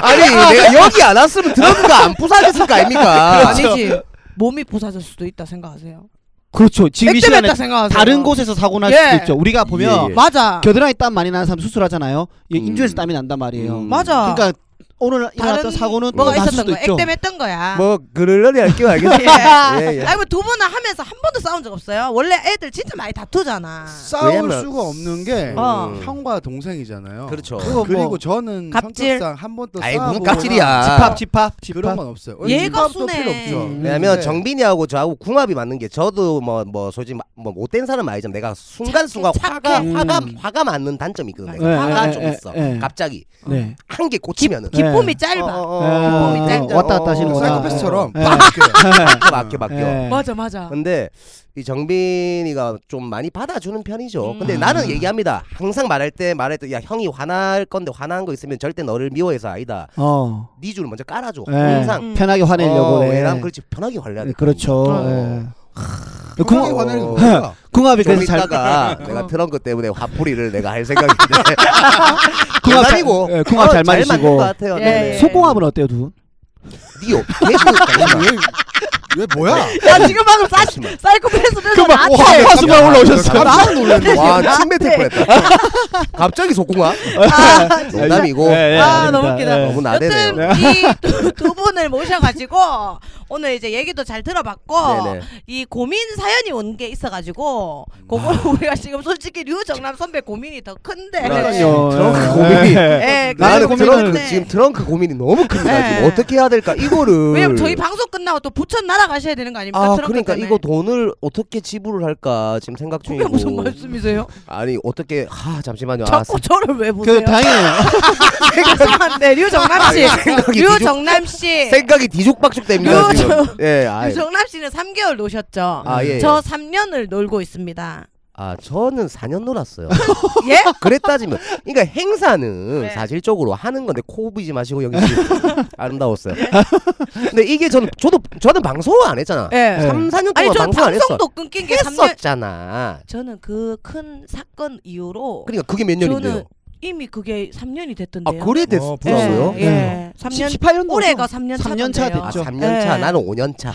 Speaker 2: 아니 내가 여기 안 왔으면 트렁크가 안 부사졌을 거
Speaker 1: <laughs>
Speaker 2: 아닙니까
Speaker 1: 아니지. 몸이 부사질 수도 있다 생각하세요.
Speaker 3: 그렇죠. 지금 이 시간에
Speaker 1: 액땜했다 생각하세요.
Speaker 3: 다른 곳에서 사고 날
Speaker 1: 예.
Speaker 3: 수도 있죠. 우리가 보면
Speaker 2: 예, 예.
Speaker 1: 맞아.
Speaker 3: 겨드랑이 땀 많이 나는 사람 수술하잖아요. 이게
Speaker 2: 음.
Speaker 3: 인중에서 땀이 난단 말이에요.
Speaker 2: 음.
Speaker 1: 맞아.
Speaker 3: 그러니까 오늘 일어났던 사고는 또
Speaker 1: 뭐가
Speaker 3: 날
Speaker 1: 있었던
Speaker 3: 수도
Speaker 1: 거야.
Speaker 3: 있죠.
Speaker 1: 액땜했던 거야.
Speaker 2: 뭐 그럴러리 할게요 알겠어요
Speaker 3: <laughs>
Speaker 1: 예.
Speaker 2: 예, 예.
Speaker 1: 아니 뭐두 분은 하면서 한 번도 싸운 적 없어요? 원래 애들 진짜 많이 다투잖아.
Speaker 4: 싸울
Speaker 2: 왜냐면-
Speaker 4: 수가 없는 게
Speaker 1: 어.
Speaker 4: 형과 동생이잖아요.
Speaker 2: 그렇죠
Speaker 3: 그거
Speaker 4: 그리고
Speaker 3: 뭐-
Speaker 4: 저는
Speaker 1: 갑질.
Speaker 4: 성격상 한 번도
Speaker 2: 아이 무슨
Speaker 4: 싸워보거나
Speaker 2: 깍질이야
Speaker 3: 집합 집합 집합.
Speaker 4: 그런 건 없어요.
Speaker 1: 얘가
Speaker 4: 집합도
Speaker 1: 순해.
Speaker 4: 필요 없죠.
Speaker 3: 음.
Speaker 2: 왜냐면
Speaker 4: 네.
Speaker 2: 정빈이하고 저하고 궁합이 맞는 게 저도 뭐 뭐 솔직히 마- 뭐 못된 사람 아니지만 내가 순간순간
Speaker 1: 착해, 음.
Speaker 2: 화가
Speaker 3: 착해.
Speaker 2: 화가
Speaker 3: 음.
Speaker 2: 화가 맞는 단점이 있거든 내가
Speaker 3: 예,
Speaker 2: 화가
Speaker 3: 예,
Speaker 2: 좀
Speaker 3: 예,
Speaker 2: 있어
Speaker 3: 예.
Speaker 2: 갑자기
Speaker 3: 네.
Speaker 2: 한 개 꽂히면은
Speaker 3: 기-
Speaker 1: 기쁨이
Speaker 3: 네.
Speaker 1: 짧아.
Speaker 2: 어,
Speaker 3: 아,
Speaker 2: 기쁨이 짧아.
Speaker 3: 왔다 갔다 하시는
Speaker 2: 어,
Speaker 4: 그
Speaker 2: 어,
Speaker 3: 거다.
Speaker 4: 사이코패스처럼
Speaker 3: 예.
Speaker 4: 빡 이렇게.
Speaker 2: 바뀌어 바뀌어 바뀌어
Speaker 3: 예.
Speaker 1: 맞아 맞아.
Speaker 2: 근데 이 정빈이가 좀 많이 받아주는 편이죠.
Speaker 1: 음.
Speaker 2: 근데
Speaker 1: 아.
Speaker 2: 나는 얘기합니다. 항상 말할 때 말할 때 야 형이 화날 건데 화난 거 있으면 절대 너를 미워해서 아니다.
Speaker 3: 어.
Speaker 2: 네 줄을 먼저 깔아줘.
Speaker 3: 예.
Speaker 2: 항상
Speaker 1: 음.
Speaker 3: 편하게 화내려고
Speaker 2: 어,
Speaker 3: 해.
Speaker 2: 왜냐면 그렇지 편하게 화내야 돼.
Speaker 3: 그렇죠.
Speaker 1: 어.
Speaker 3: 예.
Speaker 4: 공항에
Speaker 3: 궁합,
Speaker 4: 관하는 거 어. 뭐야?
Speaker 3: 궁합이
Speaker 2: 좀
Speaker 3: 그래서 잘
Speaker 2: 있다가 내가 트렁크 때문에 화풀이를 내가 할 생각인데
Speaker 3: 궁합 잘-
Speaker 2: 농담이고.
Speaker 3: 예, 궁합
Speaker 2: 어, 잘
Speaker 3: 잘
Speaker 2: 맞는
Speaker 3: 맞으시고.
Speaker 2: 것 같아요.
Speaker 1: 예,
Speaker 2: 네네.
Speaker 1: 예.
Speaker 3: 속궁합은 그 어때요 두 분?
Speaker 2: 니요 개그
Speaker 4: 왜, 왜 뭐야?
Speaker 1: 나 지금 방금 사,
Speaker 2: 잠시만.
Speaker 1: 사이코패스면서
Speaker 3: 그만,
Speaker 1: 나한테
Speaker 3: 화- 화수가
Speaker 2: 네.
Speaker 3: 올라오셨어요.
Speaker 1: 아,
Speaker 2: 깜짝 놀랐네. 와,
Speaker 1: 나한테.
Speaker 2: 침뱉을 뻔했다. 갑자기 속궁합? 농담이고.
Speaker 3: 예, 예,
Speaker 1: 아, 너무
Speaker 3: 아닙니다.
Speaker 1: 웃기다.
Speaker 3: 예.
Speaker 2: 너무 나대네요.
Speaker 3: <laughs>
Speaker 1: 여튼 이두 두 분을 모셔가지고 오늘 이제 얘기도 잘 들어봤고
Speaker 2: 네네. 음.
Speaker 1: 이 고민 사연이 온 게 있어가지고 그걸 <laughs> 우리가 지금 솔직히 류정남 선배 고민이 더 큰데
Speaker 2: 네.
Speaker 3: 그러니까요.
Speaker 2: 트렁크
Speaker 3: 예.
Speaker 2: 고민이.
Speaker 3: 예.
Speaker 1: 예,
Speaker 2: 나는
Speaker 1: 그래서
Speaker 3: 고민을-
Speaker 2: 아, 트렁크,
Speaker 1: 고민인데
Speaker 2: 지금 트렁크 고민이 너무 큽니다. 지금
Speaker 1: 예.
Speaker 2: 어떻게 해야 될까?
Speaker 3: 그
Speaker 2: 이거를.
Speaker 1: 왜냐면 저희 방송 끝나고 또 부천 날아가셔야 되는 거 아닙니까?
Speaker 2: 아,
Speaker 1: 트렁크
Speaker 2: 그러니까
Speaker 1: 때문에.
Speaker 2: 이거 돈을 어떻게 지불을 할까 지금 생각
Speaker 1: 그게
Speaker 2: 중이고.
Speaker 1: 무슨 말씀이세요?
Speaker 2: 아니, 어떻게 하, 잠시만요. 아,
Speaker 1: 자꾸 저를 왜 보세요?
Speaker 3: 그 다행이에요.
Speaker 1: <laughs> 죄송한데 류정남 씨,
Speaker 2: 생각이
Speaker 1: 류정남 씨,
Speaker 2: 생각이 뒤죽박죽 됩니다.
Speaker 1: 요-
Speaker 2: 지금. 예, 아.
Speaker 1: 류정남 씨는 3개월 노셨죠?
Speaker 2: 아, 예. 예.
Speaker 1: 저 3년을 놀고 있습니다.
Speaker 2: 아, 저는 4년 놀았어요.
Speaker 1: 예?
Speaker 2: 그랬다지면 그러니까 행사는
Speaker 1: 네.
Speaker 2: 사실적으로 하는 건데 코비지 마시고 여기 아름다웠어요. 근데 이게 저는 저도 저는 방송을 안 했잖아.
Speaker 1: 예.
Speaker 3: 네.
Speaker 2: 3, 4년 동안
Speaker 1: 아니 저는
Speaker 2: 방송 안 했어.
Speaker 1: 방송도 끊긴 게 3년
Speaker 2: 했었잖아.
Speaker 1: 저는 그 큰 사건 이후로
Speaker 2: 그러니까 그게 몇 년인데요?
Speaker 1: 저는 이미 그게 3년이
Speaker 2: 아,
Speaker 1: 됐던데요.
Speaker 2: 그래
Speaker 4: 어,
Speaker 1: 예,
Speaker 2: 됐더라고요. 음.
Speaker 1: 예.
Speaker 3: 네.
Speaker 1: 3년
Speaker 3: 18년도
Speaker 1: 올해가 3년 차
Speaker 3: 3년 차
Speaker 2: 아,
Speaker 3: 됐죠.
Speaker 2: 3년 차
Speaker 1: 예.
Speaker 2: 나는 5년 차.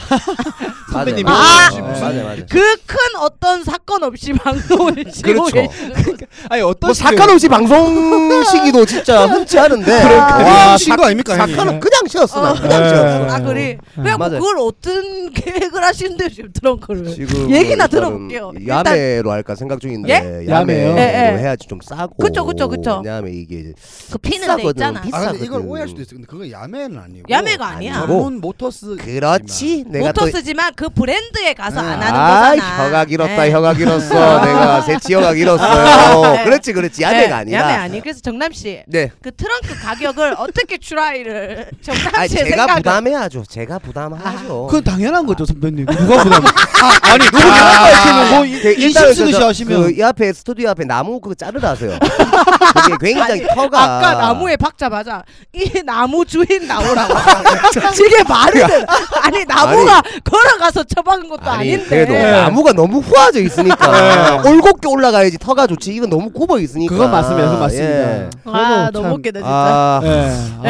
Speaker 3: 선배님이
Speaker 2: 맞아.
Speaker 1: 오셨지,
Speaker 2: 어,
Speaker 3: 무슨.
Speaker 2: 맞아 맞아.
Speaker 1: 그 큰 어떤 사건 없이 <laughs> 방송을 쉬고
Speaker 2: 그렇죠.
Speaker 1: 계시는 거죠.
Speaker 3: 아니 어떤
Speaker 2: 뭐 사건 없이 방송 시기도 진짜 흔치 않은데.
Speaker 4: 그냥
Speaker 2: 와,
Speaker 4: 쉰거 아, 아닙니까? 형님?
Speaker 2: 사건은 그냥 쉬었어. 난 그냥
Speaker 3: 예.
Speaker 2: 쉬었어.
Speaker 1: 아 그래. 그냥 뭐
Speaker 2: 맞아요.
Speaker 1: 그걸 어떤 계획을 하시는데 지금 트렁크를.
Speaker 2: 지금
Speaker 1: 얘기나
Speaker 2: 일단은
Speaker 1: 들어볼게요. 일단-
Speaker 2: 야매로 할까 생각 중인데
Speaker 1: 예?
Speaker 2: 야매로
Speaker 3: 야매요?
Speaker 1: 예, 예.
Speaker 2: 해야지 좀 싸고.
Speaker 1: 그쵸, 그쵸, 그쵸.
Speaker 2: 왜냐하면 이게
Speaker 1: 그 피는 데
Speaker 2: 비싸거든,
Speaker 1: 있잖아.
Speaker 2: 비싸.
Speaker 4: 아 근데
Speaker 2: 비싸거든.
Speaker 4: 이걸 오해할 수도 있어. 근데 그건 야매는 아니고. 뭐.
Speaker 1: 야매가 아니야.
Speaker 2: 아니고.
Speaker 4: 전문 모터스.
Speaker 2: 그렇지. 내가 또
Speaker 1: 모터스지만 그 브랜드에 가서
Speaker 4: 음.
Speaker 1: 안 하는
Speaker 2: 아,
Speaker 1: 거잖아.
Speaker 2: 혀가 길었다,
Speaker 1: 예.
Speaker 2: 혀가 길었어. 내가 새치 혀가 길었어.
Speaker 1: <laughs> 예.
Speaker 2: 그렇지, 그렇지.
Speaker 1: 예,
Speaker 2: 야매가 아니라.
Speaker 1: 야매 아니. 그래서 정남 씨.
Speaker 2: 네.
Speaker 1: 그 트렁크 가격을 <laughs> 어떻게 추라이를 정남
Speaker 2: 아,
Speaker 1: 씨의
Speaker 2: 제가
Speaker 1: 생각을
Speaker 2: 부담해야죠. 제가 부담하죠.
Speaker 3: 그건 당연한
Speaker 2: 아.
Speaker 3: 거죠 선배님. 누가 <laughs> 부담?
Speaker 1: 그
Speaker 3: 아, 아니 누구 부담까지 뭐
Speaker 2: 그
Speaker 3: 이-
Speaker 2: 일단은
Speaker 3: 인심 쓰듯이
Speaker 2: 저-
Speaker 3: 하시면
Speaker 2: 그 앞에 스튜디오 앞에 나무 그거 자르라 하세요.
Speaker 1: <laughs>
Speaker 2: 그게 굉장히 터가
Speaker 1: 아까 나무에 박자마자 이 나무 주인 나오라고 이게 말이 돼 아니 나무가 걸어가서 처박은 것도
Speaker 2: 아니,
Speaker 1: 아닌데 네.
Speaker 2: 그래도
Speaker 3: 예.
Speaker 2: 나무가 너무 후아져
Speaker 3: <laughs>
Speaker 2: 있으니까 올곧게 올라가야지 터가 좋지. 이건 너무 굽어 있으니까.
Speaker 3: 네. 그건 맞습니다. 그건 맞습니다.
Speaker 2: 예.
Speaker 1: 아
Speaker 3: 저도
Speaker 1: 너무
Speaker 3: 참-
Speaker 1: 웃기다 진짜
Speaker 2: 아,
Speaker 3: 예.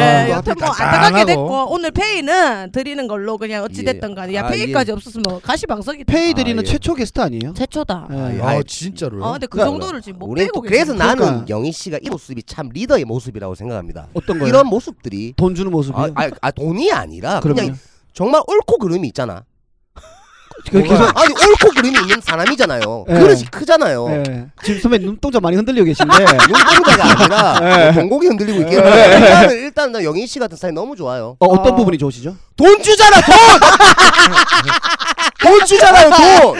Speaker 1: 예,
Speaker 3: 아,
Speaker 1: 여튼 뭐
Speaker 4: 앞에
Speaker 1: 안타깝게
Speaker 4: 깐깐하고.
Speaker 1: 됐고 오늘 페이는 드리는 걸로 그냥 어찌 됐던
Speaker 2: 예.
Speaker 1: 간에 야
Speaker 2: 아,
Speaker 1: 페이까지 없었으면 뭐 가시방석이
Speaker 3: 페이
Speaker 2: 아,
Speaker 3: 드리는
Speaker 2: 예.
Speaker 3: 최초 게스트 아니에요?
Speaker 1: 최초다.
Speaker 3: 예.
Speaker 2: 아, 예.
Speaker 4: 아 진짜로요?
Speaker 1: 아 근데 그
Speaker 3: 그러니까
Speaker 1: 정도를 지금 못
Speaker 2: 우리
Speaker 1: 빼고
Speaker 2: 또 그래서
Speaker 1: 계시네.
Speaker 2: 나는
Speaker 3: 그러니까.
Speaker 2: 영희 씨가 이 모습이 참 리더의 모습이라고 생각합니다.
Speaker 3: 어떤 거요?
Speaker 2: 이런 모습들이
Speaker 3: 돈 주는 모습이.
Speaker 2: 아, 아, 아, 돈이 아니라 그냥
Speaker 3: 그럼요.
Speaker 2: 정말 옳고 그름이 있잖아.
Speaker 3: 그 계속
Speaker 2: 아니 옳고 그름이 있는 사람이잖아요.
Speaker 3: 예.
Speaker 2: 그릇이 크잖아요.
Speaker 3: 예. 지금 선배 눈동자 많이
Speaker 2: <laughs>
Speaker 3: 흔들리고 계신데
Speaker 2: 눈부르다가 아니라
Speaker 3: 네.
Speaker 2: 뭐 공공이 흔들리고 있긴 한데 일단은 일단 나 영희 씨 같은 스타일 너무 좋아요.
Speaker 3: 어, 어떤 부분이 좋으시죠?
Speaker 2: 돈 주잖아
Speaker 1: <laughs>
Speaker 2: 돈. 돈 주잖아요 돈.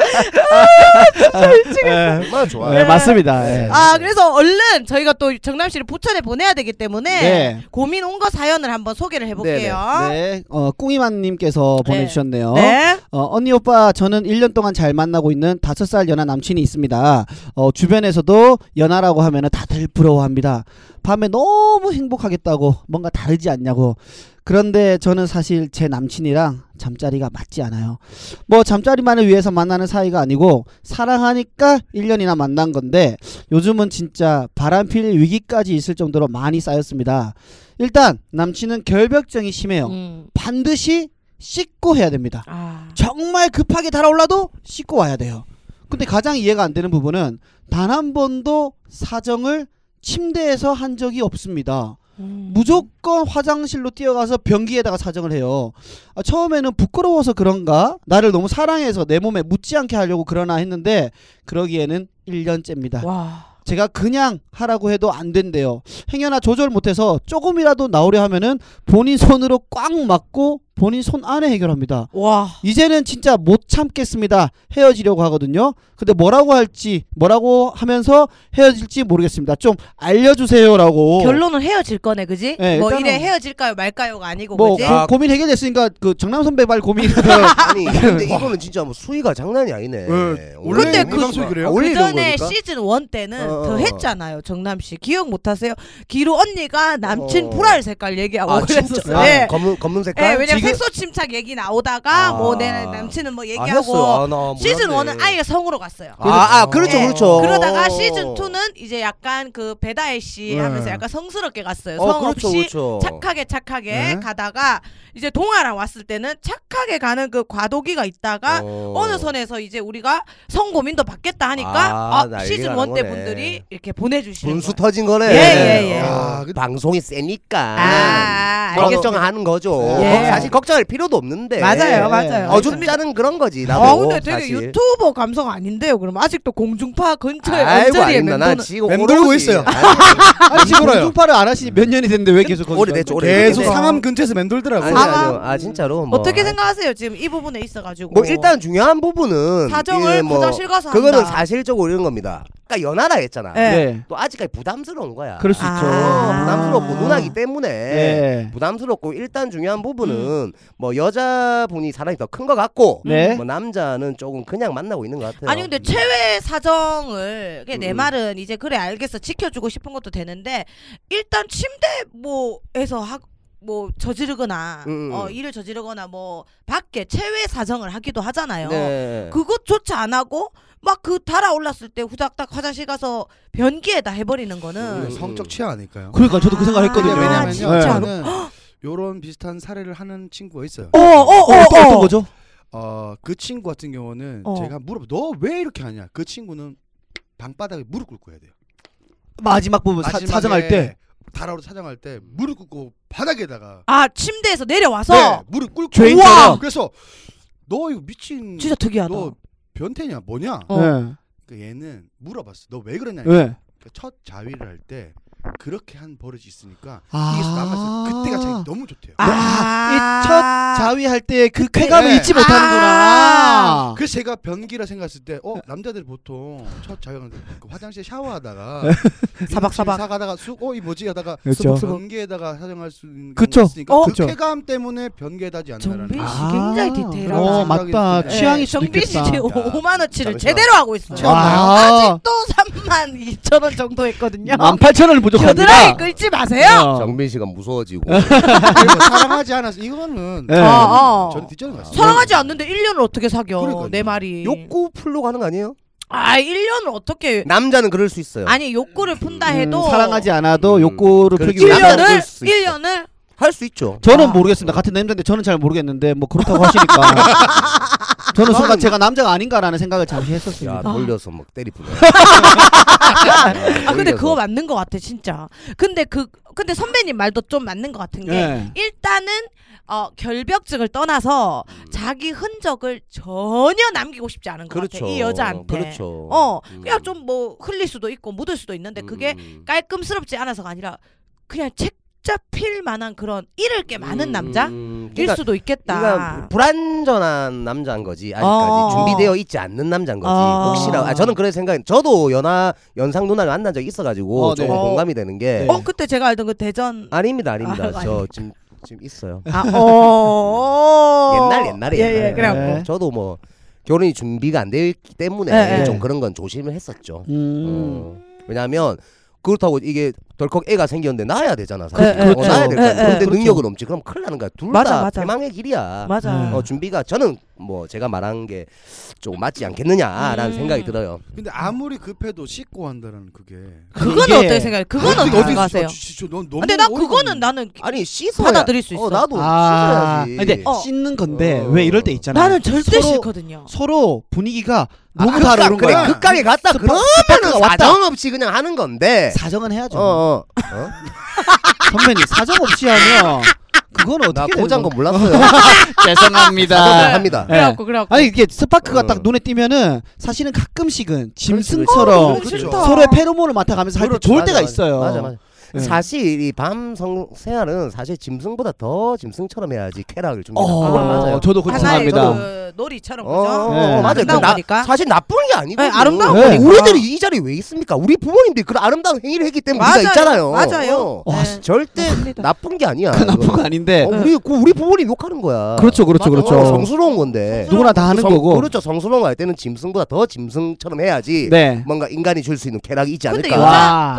Speaker 3: 예.
Speaker 2: 얼마나 네. 좋아요.
Speaker 3: 예, 맞습니다. 예.
Speaker 1: 아 그래서 얼른 저희가 또 정남 씨를 부천에 보내야 되기 때문에
Speaker 3: 네.
Speaker 1: 고민 온 거 사연을 한번 소개를 해볼게요.
Speaker 3: 네, 어, 꿍이만님께서
Speaker 1: 네.
Speaker 3: 보내주셨네요.
Speaker 1: 네.
Speaker 3: 어, 언니 오빠 저는 1년 동안 잘 만나고 있는 5살 연하 남친이 있습니다. 어, 주변에서도 연하라고 하면 다들 부러워합니다. 밤에 너무 행복하겠다고 뭔가 다르지 않냐고. 그런데 저는 사실 제 남친이랑 잠자리가 맞지 않아요. 뭐 잠자리만을 위해서 만나는 사이가 아니고 사랑하니까 1년이나 만난 건데 요즘은 진짜 바람필 위기까지 있을 정도로 많이 쌓였습니다. 일단 남친은 결벽증이 심해요.
Speaker 1: 음.
Speaker 3: 반드시 씻고 해야 됩니다.
Speaker 1: 아.
Speaker 3: 정말 급하게 달아올라도 씻고 와야 돼요. 근데 가장 이해가 안 되는 부분은 단 한 번도 사정을 침대에서 한 적이 없습니다.
Speaker 1: 음.
Speaker 3: 무조건 화장실로 뛰어가서 변기에다가 사정을 해요. 아, 처음에는 부끄러워서 그런가 나를 너무 사랑해서 내 몸에 묻지 않게 하려고 그러나 했는데 그러기에는 1년째입니다.
Speaker 1: 와.
Speaker 3: 제가 그냥 하라고 해도 안 된대요. 행여나 조절 못해서 조금이라도 나오려 하면은 본인 손으로 꽉 막고 본인 손 안에 해결합니다.
Speaker 1: 와.
Speaker 3: 이제는 진짜 못 참겠습니다. 헤어지려고 하거든요. 근데 뭐라고 할지 뭐라고 하면서 헤어질지 모르겠습니다. 좀 알려주세요라고.
Speaker 1: 결론은 헤어질 거네, 그지?
Speaker 3: 네,
Speaker 1: 뭐
Speaker 3: 일단은-
Speaker 1: 이래 헤어질까요, 말까요가 아니고,
Speaker 3: 뭐
Speaker 1: 그지?
Speaker 3: 고, 고민 해결됐으니까 그 정남 선배
Speaker 1: <laughs>
Speaker 3: 발 고민.
Speaker 2: 그, 아니 근데 이거는 진짜 뭐 수위가 장난이 아니네.
Speaker 4: 예.
Speaker 2: 원래
Speaker 1: 근데
Speaker 2: 이런
Speaker 1: 그-
Speaker 2: 방송이 그래요? 아, 원래
Speaker 1: 그
Speaker 2: 이런
Speaker 1: 전에
Speaker 2: 거니까?
Speaker 1: 시즌 1 때는
Speaker 2: 어,
Speaker 1: 더
Speaker 2: 어.
Speaker 1: 했잖아요, 정남 씨. 기억 못 하세요? 기루 언니가 남친
Speaker 2: 어.
Speaker 1: 보라를 색깔 얘기하고
Speaker 2: 아, 진짜?
Speaker 1: 그랬었어요. 예.
Speaker 2: 검은 검은
Speaker 1: 예,
Speaker 2: 색깔.
Speaker 1: 왜냐면
Speaker 2: 이게-
Speaker 1: 색소 침착 얘기 나오다가
Speaker 2: 아.
Speaker 1: 뭐 내 남친은 뭐
Speaker 2: 아,
Speaker 1: 얘기하고
Speaker 2: 했어요. 아, 나 몰랐네.
Speaker 1: 시즌 1은 아예 성으로 갔어요.
Speaker 2: 아, 아 그렇죠,
Speaker 1: 네.
Speaker 2: 그렇죠.
Speaker 1: 그러다가 시즌 2는 이제 약간 그 배다혜 씨
Speaker 4: 네.
Speaker 1: 하면서 약간 성스럽게 갔어요.
Speaker 2: 어,
Speaker 1: 성
Speaker 2: 그렇죠,
Speaker 1: 없이
Speaker 2: 그렇죠.
Speaker 1: 착하게 착하게
Speaker 4: 네.
Speaker 1: 가다가 이제 동아랑 왔을 때는 착하게 가는 그 과도기가 있다가
Speaker 2: 어.
Speaker 1: 어. 느 선에서 이제 우리가 성 고민도 받겠다
Speaker 2: 아,
Speaker 1: 하니까 아,
Speaker 2: 난리가
Speaker 1: 시즌
Speaker 2: 난
Speaker 1: 1 때
Speaker 2: 거네.
Speaker 1: 분들이 이렇게 보내주시는
Speaker 2: 분수
Speaker 1: 거예요.
Speaker 2: 터진 거네.
Speaker 1: 예, 예, 예.
Speaker 2: 야, 그 방송이 세니까
Speaker 1: 아, 알겠죠.
Speaker 2: 걱정하는 거죠.
Speaker 1: 예.
Speaker 2: 사실 걱정할 필요도 없는데.
Speaker 1: 맞아요,
Speaker 3: 예.
Speaker 1: 맞아요.
Speaker 2: 어, 좀
Speaker 1: 맞습니다.
Speaker 2: 짜는 그런 거지. 나도.
Speaker 1: 아 근데 되게
Speaker 2: 사실.
Speaker 1: 유튜버 감성 아닌데요. 그럼 아직도 공중파 근처에
Speaker 2: 아이고
Speaker 1: 언저리에
Speaker 2: 아닙니다. 나
Speaker 1: 맴도는
Speaker 2: 지금
Speaker 4: 맴돌고
Speaker 2: 오로지-
Speaker 4: 있어요.
Speaker 2: 아이고,
Speaker 3: 아니 지금
Speaker 4: 돌아요.
Speaker 3: 공중파를 안 하시니 몇 년이 됐는데 왜 계속 거기서
Speaker 2: 오래됐죠, 오래됐죠.
Speaker 4: 계속 상암 근처에서
Speaker 1: <laughs>
Speaker 4: 맨돌더라고.
Speaker 2: 아니,
Speaker 1: 상암.
Speaker 2: 아니요. 아 진짜로. 뭐.
Speaker 1: 어떻게 생각하세요? 지금 이 부분에 있어가지고
Speaker 2: 뭐 일단 중요한 부분은
Speaker 1: 사정을
Speaker 2: 이게 뭐
Speaker 1: 화장실 가서
Speaker 2: 그거는
Speaker 1: 한다.
Speaker 2: 사실적으로 이런 겁니다. 그러니까 연하라 했잖아.
Speaker 1: 예.
Speaker 3: 네.
Speaker 2: 또 아직까지 부담스러운 거야.
Speaker 4: 그렇죠.
Speaker 3: 그럴 수
Speaker 1: 아.
Speaker 3: 있죠.
Speaker 2: 어, 부담스럽고 누나기 때문에
Speaker 3: 네.
Speaker 2: 부담스럽고 일단 중요한 부분은
Speaker 1: 음.
Speaker 2: 뭐 여자분이 사람이 더 큰 것 같고
Speaker 3: 네.
Speaker 2: 뭐 남자는 조금 그냥 만나고 있는 것 같아요.
Speaker 1: 아니 근데 최외 사정을 그게 내
Speaker 2: 음.
Speaker 1: 말은 이제 그래 알겠어 지켜주고 싶은 것도 되는데 일단 침대 뭐에서 하, 뭐 저지르거나
Speaker 2: 음, 음.
Speaker 1: 어, 일을 저지르거나 뭐 밖에 최외 사정을 하기도 하잖아요.
Speaker 2: 네.
Speaker 1: 그것조차 안 하고 막 그 달아올랐을 때 후닥닥 화장실 가서 변기에다 해버리는 거는
Speaker 2: 음.
Speaker 4: 성적 취하 아닐까요?
Speaker 3: 그러니까 저도 그 생각
Speaker 1: 그거든요.
Speaker 3: 했거든요.
Speaker 4: 근데
Speaker 1: 아,
Speaker 4: 왜냐면요.
Speaker 1: 진짜로?
Speaker 3: 네.
Speaker 4: 저는 요런 비슷한 사례를 하는 친구가 있어요.
Speaker 1: 어, 어,
Speaker 3: 어, 또 어떤 거죠?
Speaker 4: 어, 그 친구 같은 경우는
Speaker 1: 어.
Speaker 4: 제가 물어봐. 너 왜 이렇게 하냐? 그 친구는 방바닥에 무릎 꿇고 해야 돼요.
Speaker 3: 마지막 부분 뭐 사,
Speaker 4: 마지막에
Speaker 3: 사정할 때.
Speaker 4: 달아오르 사정할 때 무릎 꿇고 바닥에다가
Speaker 1: 아 침대에서 내려와서
Speaker 4: 네, 무릎 꿇고
Speaker 3: 죄인처럼.
Speaker 4: 우와! 그래서 너 이거 미친
Speaker 1: 진짜 특이하다.
Speaker 4: 너 변태냐 뭐냐?
Speaker 1: 어.
Speaker 3: 네.
Speaker 4: 그 얘는 물어봤어. 너 왜 그러냐?
Speaker 3: 네.
Speaker 4: 그러니까 첫 자위를 할 때 그렇게 한 버릇이 있으니까
Speaker 3: 아.
Speaker 4: 이게 남았을 때 그때가 자기 너무 좋대요.
Speaker 1: 아.
Speaker 3: 이첫 자위할 때 그 쾌감을 아.
Speaker 4: 네.
Speaker 3: 잊지 못하는구나.
Speaker 4: 그래서 제가 변기라 생각했을 때, 어 남자들 보통 첫 자위하는 그
Speaker 3: <laughs>
Speaker 4: 화장실 샤워하다가
Speaker 1: 사박사박.
Speaker 4: 사가다가 쑥어이 뭐지 하다가
Speaker 3: 그렇죠.
Speaker 4: 변기에다가 사정할 수 있는
Speaker 3: 그쵸.
Speaker 4: 경우가 있으니까
Speaker 3: 어?
Speaker 4: 그
Speaker 3: 그쵸.
Speaker 4: 쾌감 때문에 변기에 다지 않나라는.
Speaker 3: 그
Speaker 1: 정빈 씨
Speaker 4: 아,
Speaker 1: 굉장히 디테일하다.
Speaker 3: 어,
Speaker 4: 생각이
Speaker 3: 맞다.
Speaker 4: 드네.
Speaker 3: 취향이
Speaker 1: 정빈 씨 지금 5만 원치를
Speaker 2: 잠시만.
Speaker 1: 제대로 하고 있어요.
Speaker 3: 아,
Speaker 1: 또 3만 2천 원 정도 했거든요.
Speaker 3: 18,000원을
Speaker 1: 겨드랑이
Speaker 3: 부족합니다.
Speaker 1: 끌지 마세요.
Speaker 3: 어.
Speaker 2: 정빈 씨가 무서워지고
Speaker 1: 네.
Speaker 4: 아, 그리고 사랑하지 않아서 이거는
Speaker 3: 네.
Speaker 1: 어, 어.
Speaker 4: 저는 뒷전에 갔어요.
Speaker 1: 사랑하지 않는데 1년을 어떻게 사겨?
Speaker 4: 네. 그러니까요.
Speaker 1: 내 말이.
Speaker 2: 욕구 풀로 가는 거 아니에요?
Speaker 1: 아, 1년을 어떻게
Speaker 2: 남자는 그럴 수 있어요.
Speaker 1: 예. 아니 욕구를 푼다 해도
Speaker 3: 음, 사랑하지 않아도
Speaker 2: 음,
Speaker 3: 욕구를
Speaker 2: 그렇죠.
Speaker 3: 풀기 위해
Speaker 2: 남자는 그럴
Speaker 1: 1년을
Speaker 2: 수 있어.
Speaker 1: 1년을
Speaker 2: 할 수 있죠.
Speaker 3: 저는
Speaker 1: 아.
Speaker 3: 모르겠습니다. 같은 남자인데 저는 잘 모르겠는데 뭐 그렇다고 <laughs> 하시니까 저는 순간 제가 남자가 아닌가라는 생각을 잠시 했었습니다.
Speaker 2: 야 돌려서 막 때리 부네.
Speaker 1: <laughs> 아 근데 그거 맞는 것 같아 진짜. 근데 그 근데 선배님 말도 좀 맞는 것 같은 게
Speaker 3: 예.
Speaker 1: 일단은 어, 결벽증을 떠나서 자기 흔적을 전혀 남기고 싶지 않은 것
Speaker 2: 음. 그렇죠.
Speaker 1: 같아 이 여자한테.
Speaker 2: 그렇죠.
Speaker 1: 어 그냥
Speaker 2: 음.
Speaker 1: 좀 뭐 흘릴 수도 있고 묻을 수도 있는데 그게
Speaker 2: 음.
Speaker 1: 깔끔스럽지 않아서가 아니라 그냥 책 잡힐 만한 그런 잃을 게 많은
Speaker 2: 음,
Speaker 1: 남자일
Speaker 2: 음, 그러니까
Speaker 1: 수도 있겠다.
Speaker 2: 그러니까 불안전한 남자인 거지 아직까지
Speaker 1: 어, 어.
Speaker 2: 준비되어 있지 않는 남자인 거지
Speaker 1: 어.
Speaker 2: 혹시나 아, 저는 그런 생각 저도 연하 연상 누나를 만난 적이 있어가지고
Speaker 3: 어, 네.
Speaker 2: 조금
Speaker 1: 어.
Speaker 2: 공감이 되는 게
Speaker 1: 어 그때 제가 알던 그 대전
Speaker 2: 뭐, 네. 아닙니다 아닙니다
Speaker 1: 아,
Speaker 2: 저
Speaker 1: 아니.
Speaker 2: 지금 지금 있어요
Speaker 1: 아 어.
Speaker 2: <laughs> 옛날 옛날에
Speaker 1: 예예
Speaker 2: 옛날에.
Speaker 1: 그래
Speaker 3: 그래갖고.
Speaker 2: 어, 저도 뭐 결혼이 준비가 안 되기 때문에
Speaker 1: 예, 예.
Speaker 2: 좀 그런 건 조심을 했었죠
Speaker 3: 음.
Speaker 2: 어, 왜냐하면 그렇다고 이게 덜컥 애가 생겼는데 낳아야 되잖아
Speaker 1: 예,
Speaker 2: 사실
Speaker 1: 예,
Speaker 2: 어, 낳아야
Speaker 1: 예,
Speaker 2: 될거 아니야
Speaker 1: 예, 예.
Speaker 2: 그런데
Speaker 1: 그렇죠.
Speaker 2: 능력은 없지 그럼 큰일 나는 거야 둘
Speaker 1: 맞아,
Speaker 2: 다
Speaker 1: 맞아.
Speaker 2: 대망의 길이야
Speaker 1: 맞아.
Speaker 2: 어, 준비가 저는 뭐 제가 말한 게 조금 맞지 않겠느냐라는
Speaker 1: 음.
Speaker 2: 생각이 들어요.
Speaker 4: 근데 아무리 급해도 씻고 한다는 그게.
Speaker 1: 그건
Speaker 3: 이게-
Speaker 1: 어떻게 생각해? 그건
Speaker 4: 어떻게
Speaker 1: 어떻게
Speaker 4: 어디서
Speaker 1: 생각하세요? 아,
Speaker 4: 씻어? 진짜 넌 너무
Speaker 1: 근데 난
Speaker 4: 어이가
Speaker 1: 그거는
Speaker 4: 없네.
Speaker 1: 나는
Speaker 2: 아니 씻어야
Speaker 1: 받아들일 수 있어.
Speaker 2: 어, 나도
Speaker 3: 아,
Speaker 2: 씻어야지.
Speaker 3: 근데
Speaker 1: 어.
Speaker 3: 씻는 건데
Speaker 2: 어.
Speaker 3: 왜 이럴 때 있잖아요.
Speaker 1: 나는 절대
Speaker 3: 서로-
Speaker 1: 싫거든요.
Speaker 3: 서로 분위기가
Speaker 2: 아,
Speaker 3: 너무
Speaker 2: 극강,
Speaker 3: 다른
Speaker 2: 그래
Speaker 3: 거야.
Speaker 2: 극강에 갔다
Speaker 3: 스파-
Speaker 2: 그러면은 사정 없이 그냥 하는 건데.
Speaker 3: 사정은 해야죠.
Speaker 2: 어, 어.
Speaker 3: 선배님 사정 없이 하면 그건
Speaker 2: 나
Speaker 3: 어떻게 되는
Speaker 2: 고장 거
Speaker 3: 건가?
Speaker 2: 몰랐어요.
Speaker 3: <laughs>
Speaker 1: 아, 네.
Speaker 3: 죄송합니다.
Speaker 2: 합니다.
Speaker 3: 예.
Speaker 1: 그래갖고 그래갖고
Speaker 3: 아니 이게 스파크가
Speaker 2: 어.
Speaker 3: 딱 눈에 띄면은 사실은 가끔씩은
Speaker 1: 어,
Speaker 3: 짐승처럼
Speaker 1: 그렇죠.
Speaker 4: 싫다.
Speaker 3: 서로의 페로몬을 맡아가면서 할 때
Speaker 2: 어, 그렇죠.
Speaker 3: 좋을
Speaker 2: 맞아,
Speaker 3: 때가
Speaker 2: 맞아.
Speaker 3: 있어요.
Speaker 2: 맞아 맞아.
Speaker 3: 네.
Speaker 2: 사실 이밤성 생활은 사실 짐승보다 더 짐승처럼 해야지 쾌락을 줍니다.
Speaker 3: 어,
Speaker 2: 그건 맞아요.
Speaker 3: 저도 그렇게
Speaker 1: 하나의
Speaker 3: 생각합니다.
Speaker 1: 그 놀이처럼
Speaker 2: 어, 어,
Speaker 1: 그죠?
Speaker 3: 네.
Speaker 2: 어, 맞아요. 그
Speaker 1: 아름다운
Speaker 2: 나,
Speaker 1: 거니까.
Speaker 2: 사실 나쁜 게 아니고
Speaker 1: 네, 아름다운
Speaker 3: 네. 거니까.
Speaker 2: 우리들이 이 자리에 왜 있습니까? 우리 부모님들이 그런 아름다운 행위를 했기 때문에
Speaker 1: 맞아요.
Speaker 2: 우리가 있잖아요.
Speaker 1: 맞아요.
Speaker 2: 어.
Speaker 1: 네.
Speaker 2: 절대
Speaker 1: 맞습니다.
Speaker 2: 나쁜 게 아니야.
Speaker 3: 그 나쁜
Speaker 2: 그건.
Speaker 3: 거 아닌데.
Speaker 2: 어, 우리 그 우리 부모님 욕하는 거야.
Speaker 3: 그렇죠,
Speaker 1: 맞아,
Speaker 3: 그렇죠,
Speaker 2: 어,
Speaker 3: 그렇죠.
Speaker 2: 성스러운 건데.
Speaker 3: 누구나 다 하는
Speaker 2: 성-
Speaker 3: 거고.
Speaker 2: 그렇죠. 성스러운 할 때는 짐승보다 더 짐승처럼 해야지.
Speaker 3: 네.
Speaker 2: 뭔가 인간이 줄 수 있는 쾌락이 있지
Speaker 1: 근데
Speaker 2: 않을까.
Speaker 1: 여자-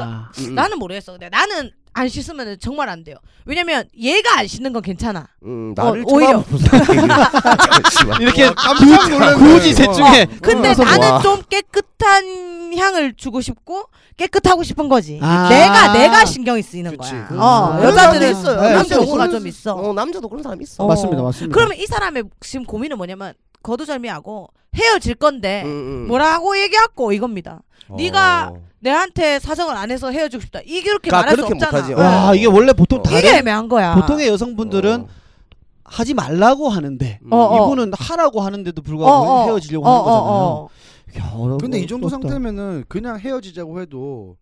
Speaker 3: 와.
Speaker 2: 음.
Speaker 1: 나는 모르겠어. 근데 나는 안 씻으면 정말 안 돼요. 왜냐면 얘가 안 씻는 건 괜찮아.
Speaker 2: 음,
Speaker 1: 어,
Speaker 2: 나를
Speaker 1: 오히려.
Speaker 2: 잠시만.
Speaker 5: 이렇게
Speaker 3: 아,
Speaker 4: 와, 깜짝 놀랐네.
Speaker 5: 굳이 셋 중에
Speaker 1: 어. 근데
Speaker 4: 어.
Speaker 2: 그래서
Speaker 1: 나는
Speaker 2: 와.
Speaker 1: 좀 깨끗한 향을 주고 싶고 깨끗하고 싶은 거지.
Speaker 3: 아.
Speaker 1: 내가 내가 신경이 쓰이는
Speaker 4: 그치.
Speaker 1: 거야.
Speaker 4: 그-
Speaker 1: 어,
Speaker 2: 그런
Speaker 1: 여자들은
Speaker 2: 사람이 있어요.
Speaker 1: 그런
Speaker 2: 남자도
Speaker 1: 경우가
Speaker 2: 네, 그런-
Speaker 1: 좀 있어.
Speaker 2: 어, 남자도 그런 사람 있어.
Speaker 1: 어.
Speaker 3: 맞습니다, 맞습니다.
Speaker 1: 그러면 이 사람의 지금 고민은 뭐냐면 거두절미하고 헤어질 건데
Speaker 2: 음, 음.
Speaker 1: 네. 뭐라고 얘기하고 이겁니다.
Speaker 2: 어.
Speaker 1: 네가 내한테 사정을 안 해서 헤어지고 싶다. 이게 이렇게
Speaker 2: 그러니까
Speaker 1: 말할 수
Speaker 2: 그렇게
Speaker 1: 없잖아.
Speaker 2: 못하지.
Speaker 3: 와
Speaker 2: 어.
Speaker 3: 이게 원래 보통
Speaker 2: 어.
Speaker 1: 이게
Speaker 3: 다른
Speaker 1: 애매한 거야.
Speaker 3: 보통의 여성분들은 하지 말라고 하는데
Speaker 2: 음.
Speaker 1: 어, 어.
Speaker 3: 이분은 하라고 하는데도
Speaker 1: 어,
Speaker 3: 불구하고
Speaker 1: 어,
Speaker 3: 뭐 헤어지려고
Speaker 1: 어,
Speaker 3: 하는 거잖아요.
Speaker 1: 어, 어.
Speaker 3: 야, 어려워,
Speaker 4: 근데 이 정도
Speaker 3: 어렵다.
Speaker 4: 상태면은 그냥 헤어지자고 해도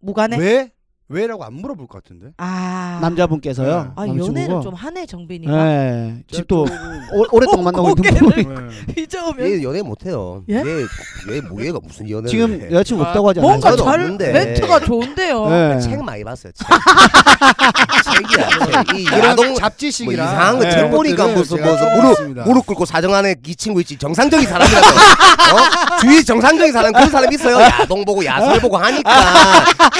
Speaker 1: 무관해.
Speaker 4: 왜 왜라고 안 물어볼
Speaker 2: <laughs>
Speaker 4: 것 같은데.
Speaker 1: 아
Speaker 3: 남자분께서요.
Speaker 1: 아
Speaker 3: 남자친구가.
Speaker 1: 연애를 좀 하네 정빈이가.
Speaker 3: 예.
Speaker 4: 제가
Speaker 3: 집도
Speaker 4: 조금-
Speaker 3: 오, 오랫동안 만나고 있는
Speaker 1: 고개를-
Speaker 3: 분이
Speaker 1: <laughs>
Speaker 4: 네.
Speaker 1: 잊어오면
Speaker 2: 얘 연애 못해요.
Speaker 1: 예?
Speaker 2: 얘, 얘 뭐, 얘가 무슨 연애?
Speaker 3: 지금
Speaker 2: 해.
Speaker 3: 여자친구 없다고 하지 않아요?
Speaker 1: 뭔가
Speaker 2: 저도
Speaker 1: 잘
Speaker 2: 없는데. 네.
Speaker 1: 멘트가 좋은데요.
Speaker 3: 예.
Speaker 2: 책 많이 봤어요. 책. <laughs> 책이야. 책. 이
Speaker 4: 이런
Speaker 2: 야동 뭐
Speaker 4: 잡지식이랑
Speaker 2: 이상한 거
Speaker 4: 네,
Speaker 2: 책 보니까
Speaker 4: 그것들을
Speaker 2: 무슨
Speaker 4: 제가
Speaker 2: 무슨
Speaker 4: 좀
Speaker 2: 무릎
Speaker 4: 봤습니다.
Speaker 2: 무릎 꿇고 사정하는 이 친구 있지 정상적인 사람이라고 어? 주위 정상적인 사람 그런 사람 있어요 야동 보고 야설 보고 하니까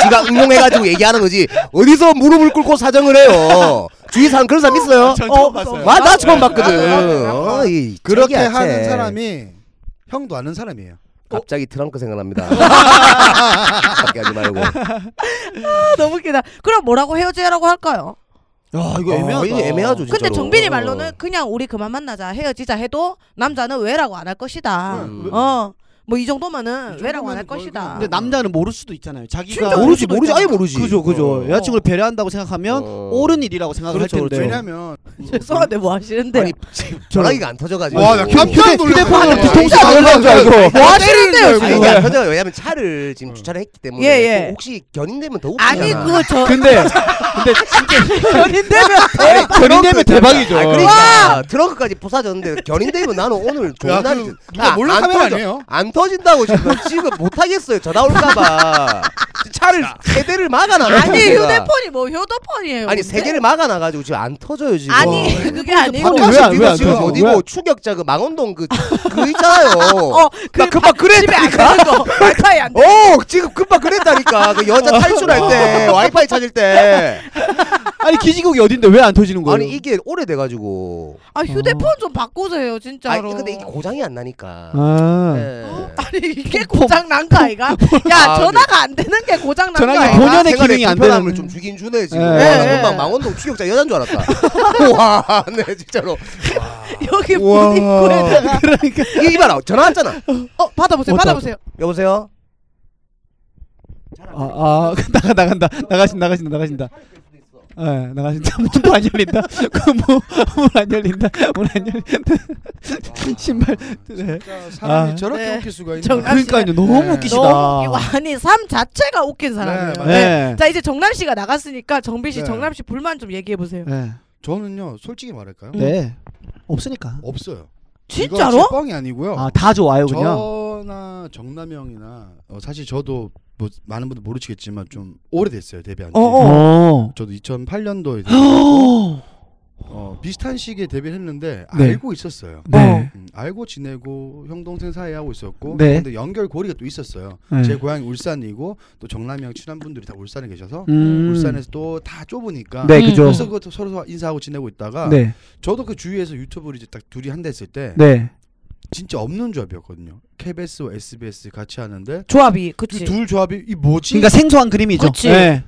Speaker 2: 지가 응용해가지고 얘기하는 거지 어디서 무릎을 꿇고 사정을 해요 주위 사람 그런 사람 있어요
Speaker 5: 전
Speaker 1: 어,
Speaker 5: 처음 봤어요.
Speaker 2: 와 나 처음
Speaker 4: 나도,
Speaker 2: 봤거든
Speaker 4: 나도.
Speaker 2: 어, 이
Speaker 4: 그렇게
Speaker 2: 책이야,
Speaker 4: 하는
Speaker 2: 책.
Speaker 4: 사람이 형도 아는 사람이에요.
Speaker 2: 갑자기 트렁크
Speaker 4: <laughs>
Speaker 2: 생각납니다 밖에 하지 말고
Speaker 1: 아, 너무 웃기다. 그럼 뭐라고 헤어지라고 할까요?
Speaker 3: 야, 이거
Speaker 2: 어,
Speaker 3: 애매하다.
Speaker 2: 이거 애매하죠 진짜로.
Speaker 1: 근데 정빈이
Speaker 2: 어.
Speaker 1: 말로는 그냥 우리 그만 만나자 헤어지자 해도 남자는 왜라고 안 할 것이다.
Speaker 2: 음.
Speaker 1: 어. 뭐 이 정도면은
Speaker 4: 이
Speaker 1: 왜라고 안 할
Speaker 4: 정도면 거의
Speaker 1: 것이다.
Speaker 3: 근데 남자는 모를 수도 있잖아요. 자기가
Speaker 1: 진짜
Speaker 2: 그러니까 모르지, 모르지, 아예 모르지.
Speaker 3: 그죠, 그죠.
Speaker 2: 어.
Speaker 3: 여자친구를 배려한다고 생각하면
Speaker 2: 어.
Speaker 3: 옳은 일이라고 생각을
Speaker 2: 그렇죠,
Speaker 3: 할 텐데.
Speaker 2: 그렇죠.
Speaker 4: 왜냐면
Speaker 1: 죄송한데 뭐 하시는데요?
Speaker 2: 아니 지금 전화기가 안 터져가지고
Speaker 4: 와, 아, 나 깜짝
Speaker 3: 휴대-
Speaker 4: 놀랐어.
Speaker 3: 휴대폰으로
Speaker 4: 아,
Speaker 3: 뒤통수
Speaker 2: 아니,
Speaker 3: 안 가는 줄 알고.
Speaker 1: 뭐 하시는데요
Speaker 2: 아니
Speaker 1: 지금?
Speaker 2: 그러니까 현가 왜냐면 차를
Speaker 4: 어.
Speaker 2: 지금 주차를 했기 때문에
Speaker 1: 예, 예.
Speaker 2: 또 혹시 견인되면 더 웃기잖아.
Speaker 1: 아니 그거 저
Speaker 5: 근데
Speaker 1: <laughs> 견인되면
Speaker 5: 전인되면 대박이죠.
Speaker 2: 아, 그러니까 트렁크까지 부사졌는데 견인되면 나는 오늘 좋은
Speaker 4: <laughs> 야, 그
Speaker 2: 날이
Speaker 4: 누가 몰래
Speaker 2: 안
Speaker 4: 카메라
Speaker 2: 터져. <laughs>
Speaker 4: 아니에요?
Speaker 2: 안 터진다고 지금 지금 못 하겠어요. 전화 올까봐 차를 세 대를 막아놔.
Speaker 1: 아니 휴대폰이 뭐 휴대폰이에요. 근데?
Speaker 2: 아니 세 개를 막아놔가지고 지금 안 터져요 지금. 어.
Speaker 1: 아니
Speaker 4: 어.
Speaker 1: 그게 아니고
Speaker 3: 왜 안- 왜안
Speaker 2: 지금
Speaker 3: 터져?
Speaker 2: 어디고
Speaker 3: 왜 안-
Speaker 2: 추격자 그 망원동 그, 그 있잖아요.
Speaker 1: <laughs> 어, 네.
Speaker 2: 나 금방
Speaker 1: 집에 안 가는
Speaker 2: <laughs>
Speaker 1: 거 말파이 안 돼.
Speaker 2: 어 지금 금방 그랬다니까 그 여자 탈출할 때
Speaker 1: 어.
Speaker 2: 와이파이 찾을 때
Speaker 3: 아니 기지국이 어딘데 왜 안 터지는 거예요?
Speaker 2: 아니 이게 오래돼가지고
Speaker 1: 아 휴대폰 좀 바꾸세요 진짜로.
Speaker 2: 어. 아니 근데 이게 고장이 안 나니까
Speaker 3: 아.
Speaker 2: 예.
Speaker 1: 아니 이게 고장 난거 아이가? 야
Speaker 2: 아,
Speaker 1: 전화가 안 되는 게 고장 난거
Speaker 3: 전화기
Speaker 1: 아이가?
Speaker 3: 본- 본연의
Speaker 2: 생활의
Speaker 3: 기능이 안
Speaker 2: 불편함을
Speaker 3: 되는-
Speaker 2: 좀 주긴 주네 지금
Speaker 3: 예.
Speaker 2: 와, 나
Speaker 1: 예.
Speaker 2: 금방 망원동 추격자 여잔 줄 알았다 <laughs> 와네 진짜로
Speaker 1: 여기
Speaker 4: 우와.
Speaker 1: 문 입구에다가
Speaker 2: 이게 이봐라 전화 왔잖아
Speaker 1: 어 받아보세요
Speaker 3: 어떤-
Speaker 1: 받아보세요.
Speaker 2: 여보세요
Speaker 3: 아, <laughs> 아 나가 나간다 나가신다 나가신다 나가신다. 예, 나가신다. <laughs> 문안 열린다. 그문문안 열린다. 문 안 열린다. <laughs> 신발. 네.
Speaker 4: 진짜 사람이
Speaker 3: 아.
Speaker 4: 저렇게
Speaker 1: 네.
Speaker 4: 웃길 수가 있나?
Speaker 1: 정답.
Speaker 3: 그러니까요. 너무
Speaker 4: 네.
Speaker 3: 웃기시다.
Speaker 1: 너무 웃기고 아니 삶 자체가 웃긴 사람이에요.
Speaker 4: 맞아요.
Speaker 1: 네.
Speaker 3: 네.
Speaker 1: 자 이제 정남 씨가 나갔으니까 정빈 씨
Speaker 4: 네.
Speaker 1: 정남 씨 불만 좀 얘기해 보세요.
Speaker 3: 네.
Speaker 4: 저는요 솔직히 말할까요?
Speaker 3: 네. 없으니까.
Speaker 4: 없어요.
Speaker 1: 진짜로?
Speaker 4: 이거 뻥이 아니고요.
Speaker 3: 아, 다 좋아요, 그냥.
Speaker 4: 저나 정남이 형이나 어, 사실 저도 뭐 많은 분들 모르시겠지만 좀 오래됐어요 데뷔한 지.
Speaker 1: 어, 어.
Speaker 3: 어.
Speaker 4: 저도 2008년도에 어, 비슷한 시기에 데뷔를 했는데
Speaker 3: 네.
Speaker 4: 알고 있었어요.
Speaker 3: 네.
Speaker 4: 음, 알고 지내고 형 동생 사이 하고 있었고
Speaker 3: 네.
Speaker 4: 근데 연결 고리가 또 있었어요.
Speaker 3: 네.
Speaker 4: 제 고향이 울산이고 또 정남이 형 친한 분들이 다 울산에 계셔서
Speaker 3: 음.
Speaker 4: 울산에서 또 다 좁으니까
Speaker 3: 네,
Speaker 1: 음.
Speaker 3: 그죠.
Speaker 4: 그래서 그것도 서로 인사하고 지내고 있다가
Speaker 3: 네.
Speaker 4: 저도 그 주위에서 유튜브를 이제 딱 둘이 한다 했을 때
Speaker 3: 네.
Speaker 4: 진짜 없는 조합이었거든요. KBS와 SBS 같이 하는데
Speaker 1: 조합이
Speaker 4: 그
Speaker 1: 그치.
Speaker 4: 둘 조합이 이 뭐지?
Speaker 3: 그러니까 생소한 그림이죠.
Speaker 1: 그치.
Speaker 3: 네.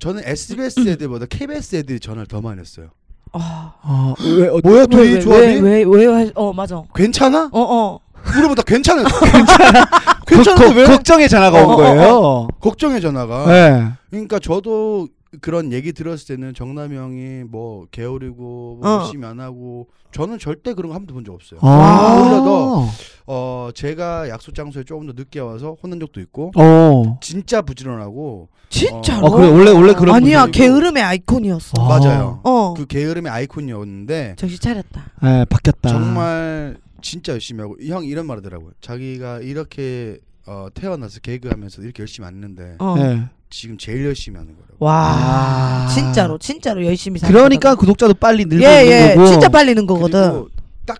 Speaker 4: 저는 SBS 애들보다 KBS 애들이 전화를 더 많이 했어요.
Speaker 1: 아,
Speaker 3: 아, 왜 어,
Speaker 4: 뭐야
Speaker 1: 왜,
Speaker 4: 둘이
Speaker 1: 왜,
Speaker 4: 조합이?
Speaker 1: 왜, 왜, 왜, 어 맞아. 어
Speaker 4: 괜찮아?
Speaker 1: 어.
Speaker 4: 물어보다
Speaker 3: <laughs>
Speaker 4: 괜찮은
Speaker 3: 걱-
Speaker 4: 괜찮은데 왜?
Speaker 3: 걱정의 전화가
Speaker 1: 어, 아. 어,
Speaker 3: 온 거예요.
Speaker 4: 걱정의 전화가.
Speaker 3: 네.
Speaker 4: 그러니까 저도 그런 얘기 들었을 때는 정남이 형이 뭐 게으르고 뭐
Speaker 1: 어.
Speaker 4: 열심히 안 하고 저는 절대 그런 거 한 번도 본 적 없어요.
Speaker 3: 아.
Speaker 4: 오히려 더 어 제가 약속 장소에 조금 더 늦게 와서 혼난 적도 있고
Speaker 3: 어.
Speaker 4: 진짜 부지런하고
Speaker 1: 진짜로?
Speaker 3: 아, 그래 원래 원래 그런
Speaker 1: 아니야
Speaker 4: 분들이고.
Speaker 1: 게으름의 아이콘이었어.
Speaker 3: 아.
Speaker 4: 맞아요.
Speaker 1: 어.
Speaker 4: 그 게으름의 아이콘이었는데
Speaker 1: 정신 차렸다.
Speaker 3: 분들. 네,
Speaker 1: 아.
Speaker 3: 바뀌었다.
Speaker 4: 정말 진짜 열심히 하고 형 이런 말 하더라고요. 자기가 이렇게 어, 태어나서 개그하면서 이렇게 열심히 안 했는데
Speaker 1: 어.
Speaker 3: 네.
Speaker 4: 지금 제일 열심히 하는 거라고.
Speaker 1: 와
Speaker 3: 아.
Speaker 1: 진짜로 진짜로 열심히 살.
Speaker 3: 그러니까 구독자도 빨리 늘고
Speaker 1: 예예
Speaker 3: 거고.
Speaker 1: 진짜 빨리는 거거든.
Speaker 4: 그리고 딱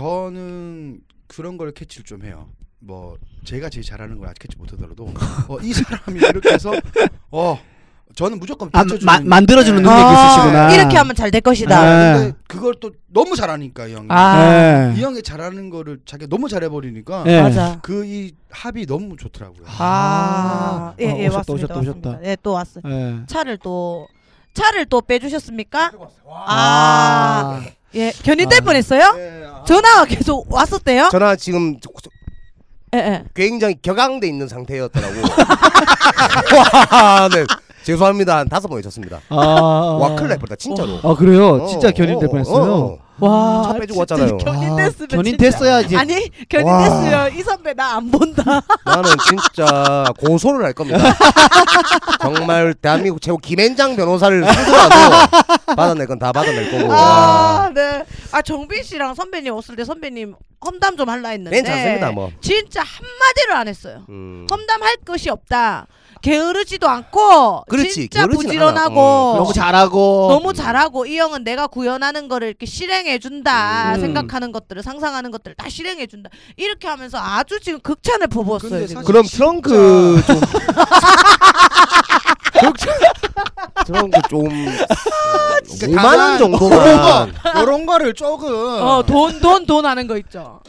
Speaker 4: 저는 그런 걸 캐치를 좀 해요. 뭐 제가 제일 잘하는 걸 아직 캐치 못하더라도 어, 이 사람이 이렇게 해서 어 저는 무조건
Speaker 3: 아,
Speaker 4: 받쳐주는
Speaker 3: 마, 만들어주는 능력이
Speaker 4: 아,
Speaker 3: 있으시구나.
Speaker 1: 이렇게 하면 잘 될 것이다.
Speaker 3: 아.
Speaker 4: 근데 그걸 또 너무 잘하니까 이 형이
Speaker 1: 아,
Speaker 4: 이
Speaker 3: 예.
Speaker 4: 형이 잘하는 거를 자기가 너무 잘해버리니까
Speaker 3: 예.
Speaker 1: 맞아.
Speaker 4: 그 이 합이 너무 좋더라고요.
Speaker 1: 아, 예,
Speaker 3: 어,
Speaker 1: 예,
Speaker 3: 오셨다,
Speaker 1: 왔습니다.
Speaker 3: 오셨다, 오셨다.
Speaker 1: 왔습니다. 예, 또 왔어요.
Speaker 3: 예.
Speaker 1: 차를 또 차를 또 빼주셨습니까? 아, 예, 견인될
Speaker 3: 아.
Speaker 1: 뻔했어요?
Speaker 4: 예, 아.
Speaker 1: 전화가 계속 왔었대요?
Speaker 2: 전화 지금 저- 저-
Speaker 1: 예, 예.
Speaker 2: 굉장히 격앙돼 있는 상태였더라고. <laughs> 와, 네. 죄송합니다. 한 다섯 번 외쳤습니다.
Speaker 1: <laughs>
Speaker 3: 아, 아,
Speaker 2: 와, 큰일 날 뻔했다. 진짜로.
Speaker 3: 아 그래요.
Speaker 2: 어,
Speaker 3: 진짜 견인될
Speaker 2: 어,
Speaker 3: 뻔했어요.
Speaker 2: 어.
Speaker 1: 와,
Speaker 2: 차 빼주고 왔잖아요.
Speaker 1: 진짜 견인됐으면
Speaker 3: 견인됐어야 이제
Speaker 1: 진짜. 아니, 견인됐으면 이 선배 나 안 본다.
Speaker 2: 나는 진짜 고소를 할 겁니다. 정말 대한민국 최고 김앤장 변호사를 상대라도 받아낼 건 다 받아낼 거고.
Speaker 1: 아, 네. 아, 정빈 씨랑 선배님 왔을 때 선배님 험담 좀 할라 했는데
Speaker 2: 괜찮습니다, 뭐.
Speaker 1: 진짜 한마디를 안 했어요.
Speaker 2: 음.
Speaker 1: 험담할 것이 없다. 게으르지도 않고
Speaker 2: 그렇지,
Speaker 1: 진짜
Speaker 2: 게으르진
Speaker 1: 부지런하고
Speaker 2: 않아. 어.
Speaker 3: 너무 잘하고
Speaker 1: 너무 잘하고 이 형은 내가 구현하는 거를 이렇게 실행해 준다
Speaker 3: 음.
Speaker 1: 생각하는 것들을 상상하는 것들을 다 실행해 준다 이렇게 하면서 아주 지금 극찬을 퍼부었어요.
Speaker 4: 근데
Speaker 1: 지금.
Speaker 4: 사실
Speaker 2: 그럼 트렁크 좀. 트렁크 좀.
Speaker 1: 아,
Speaker 2: 5만 원 정도만.
Speaker 1: <laughs>
Speaker 4: 이런 거를 조금
Speaker 1: 어돈돈 돈 하는 거 있죠.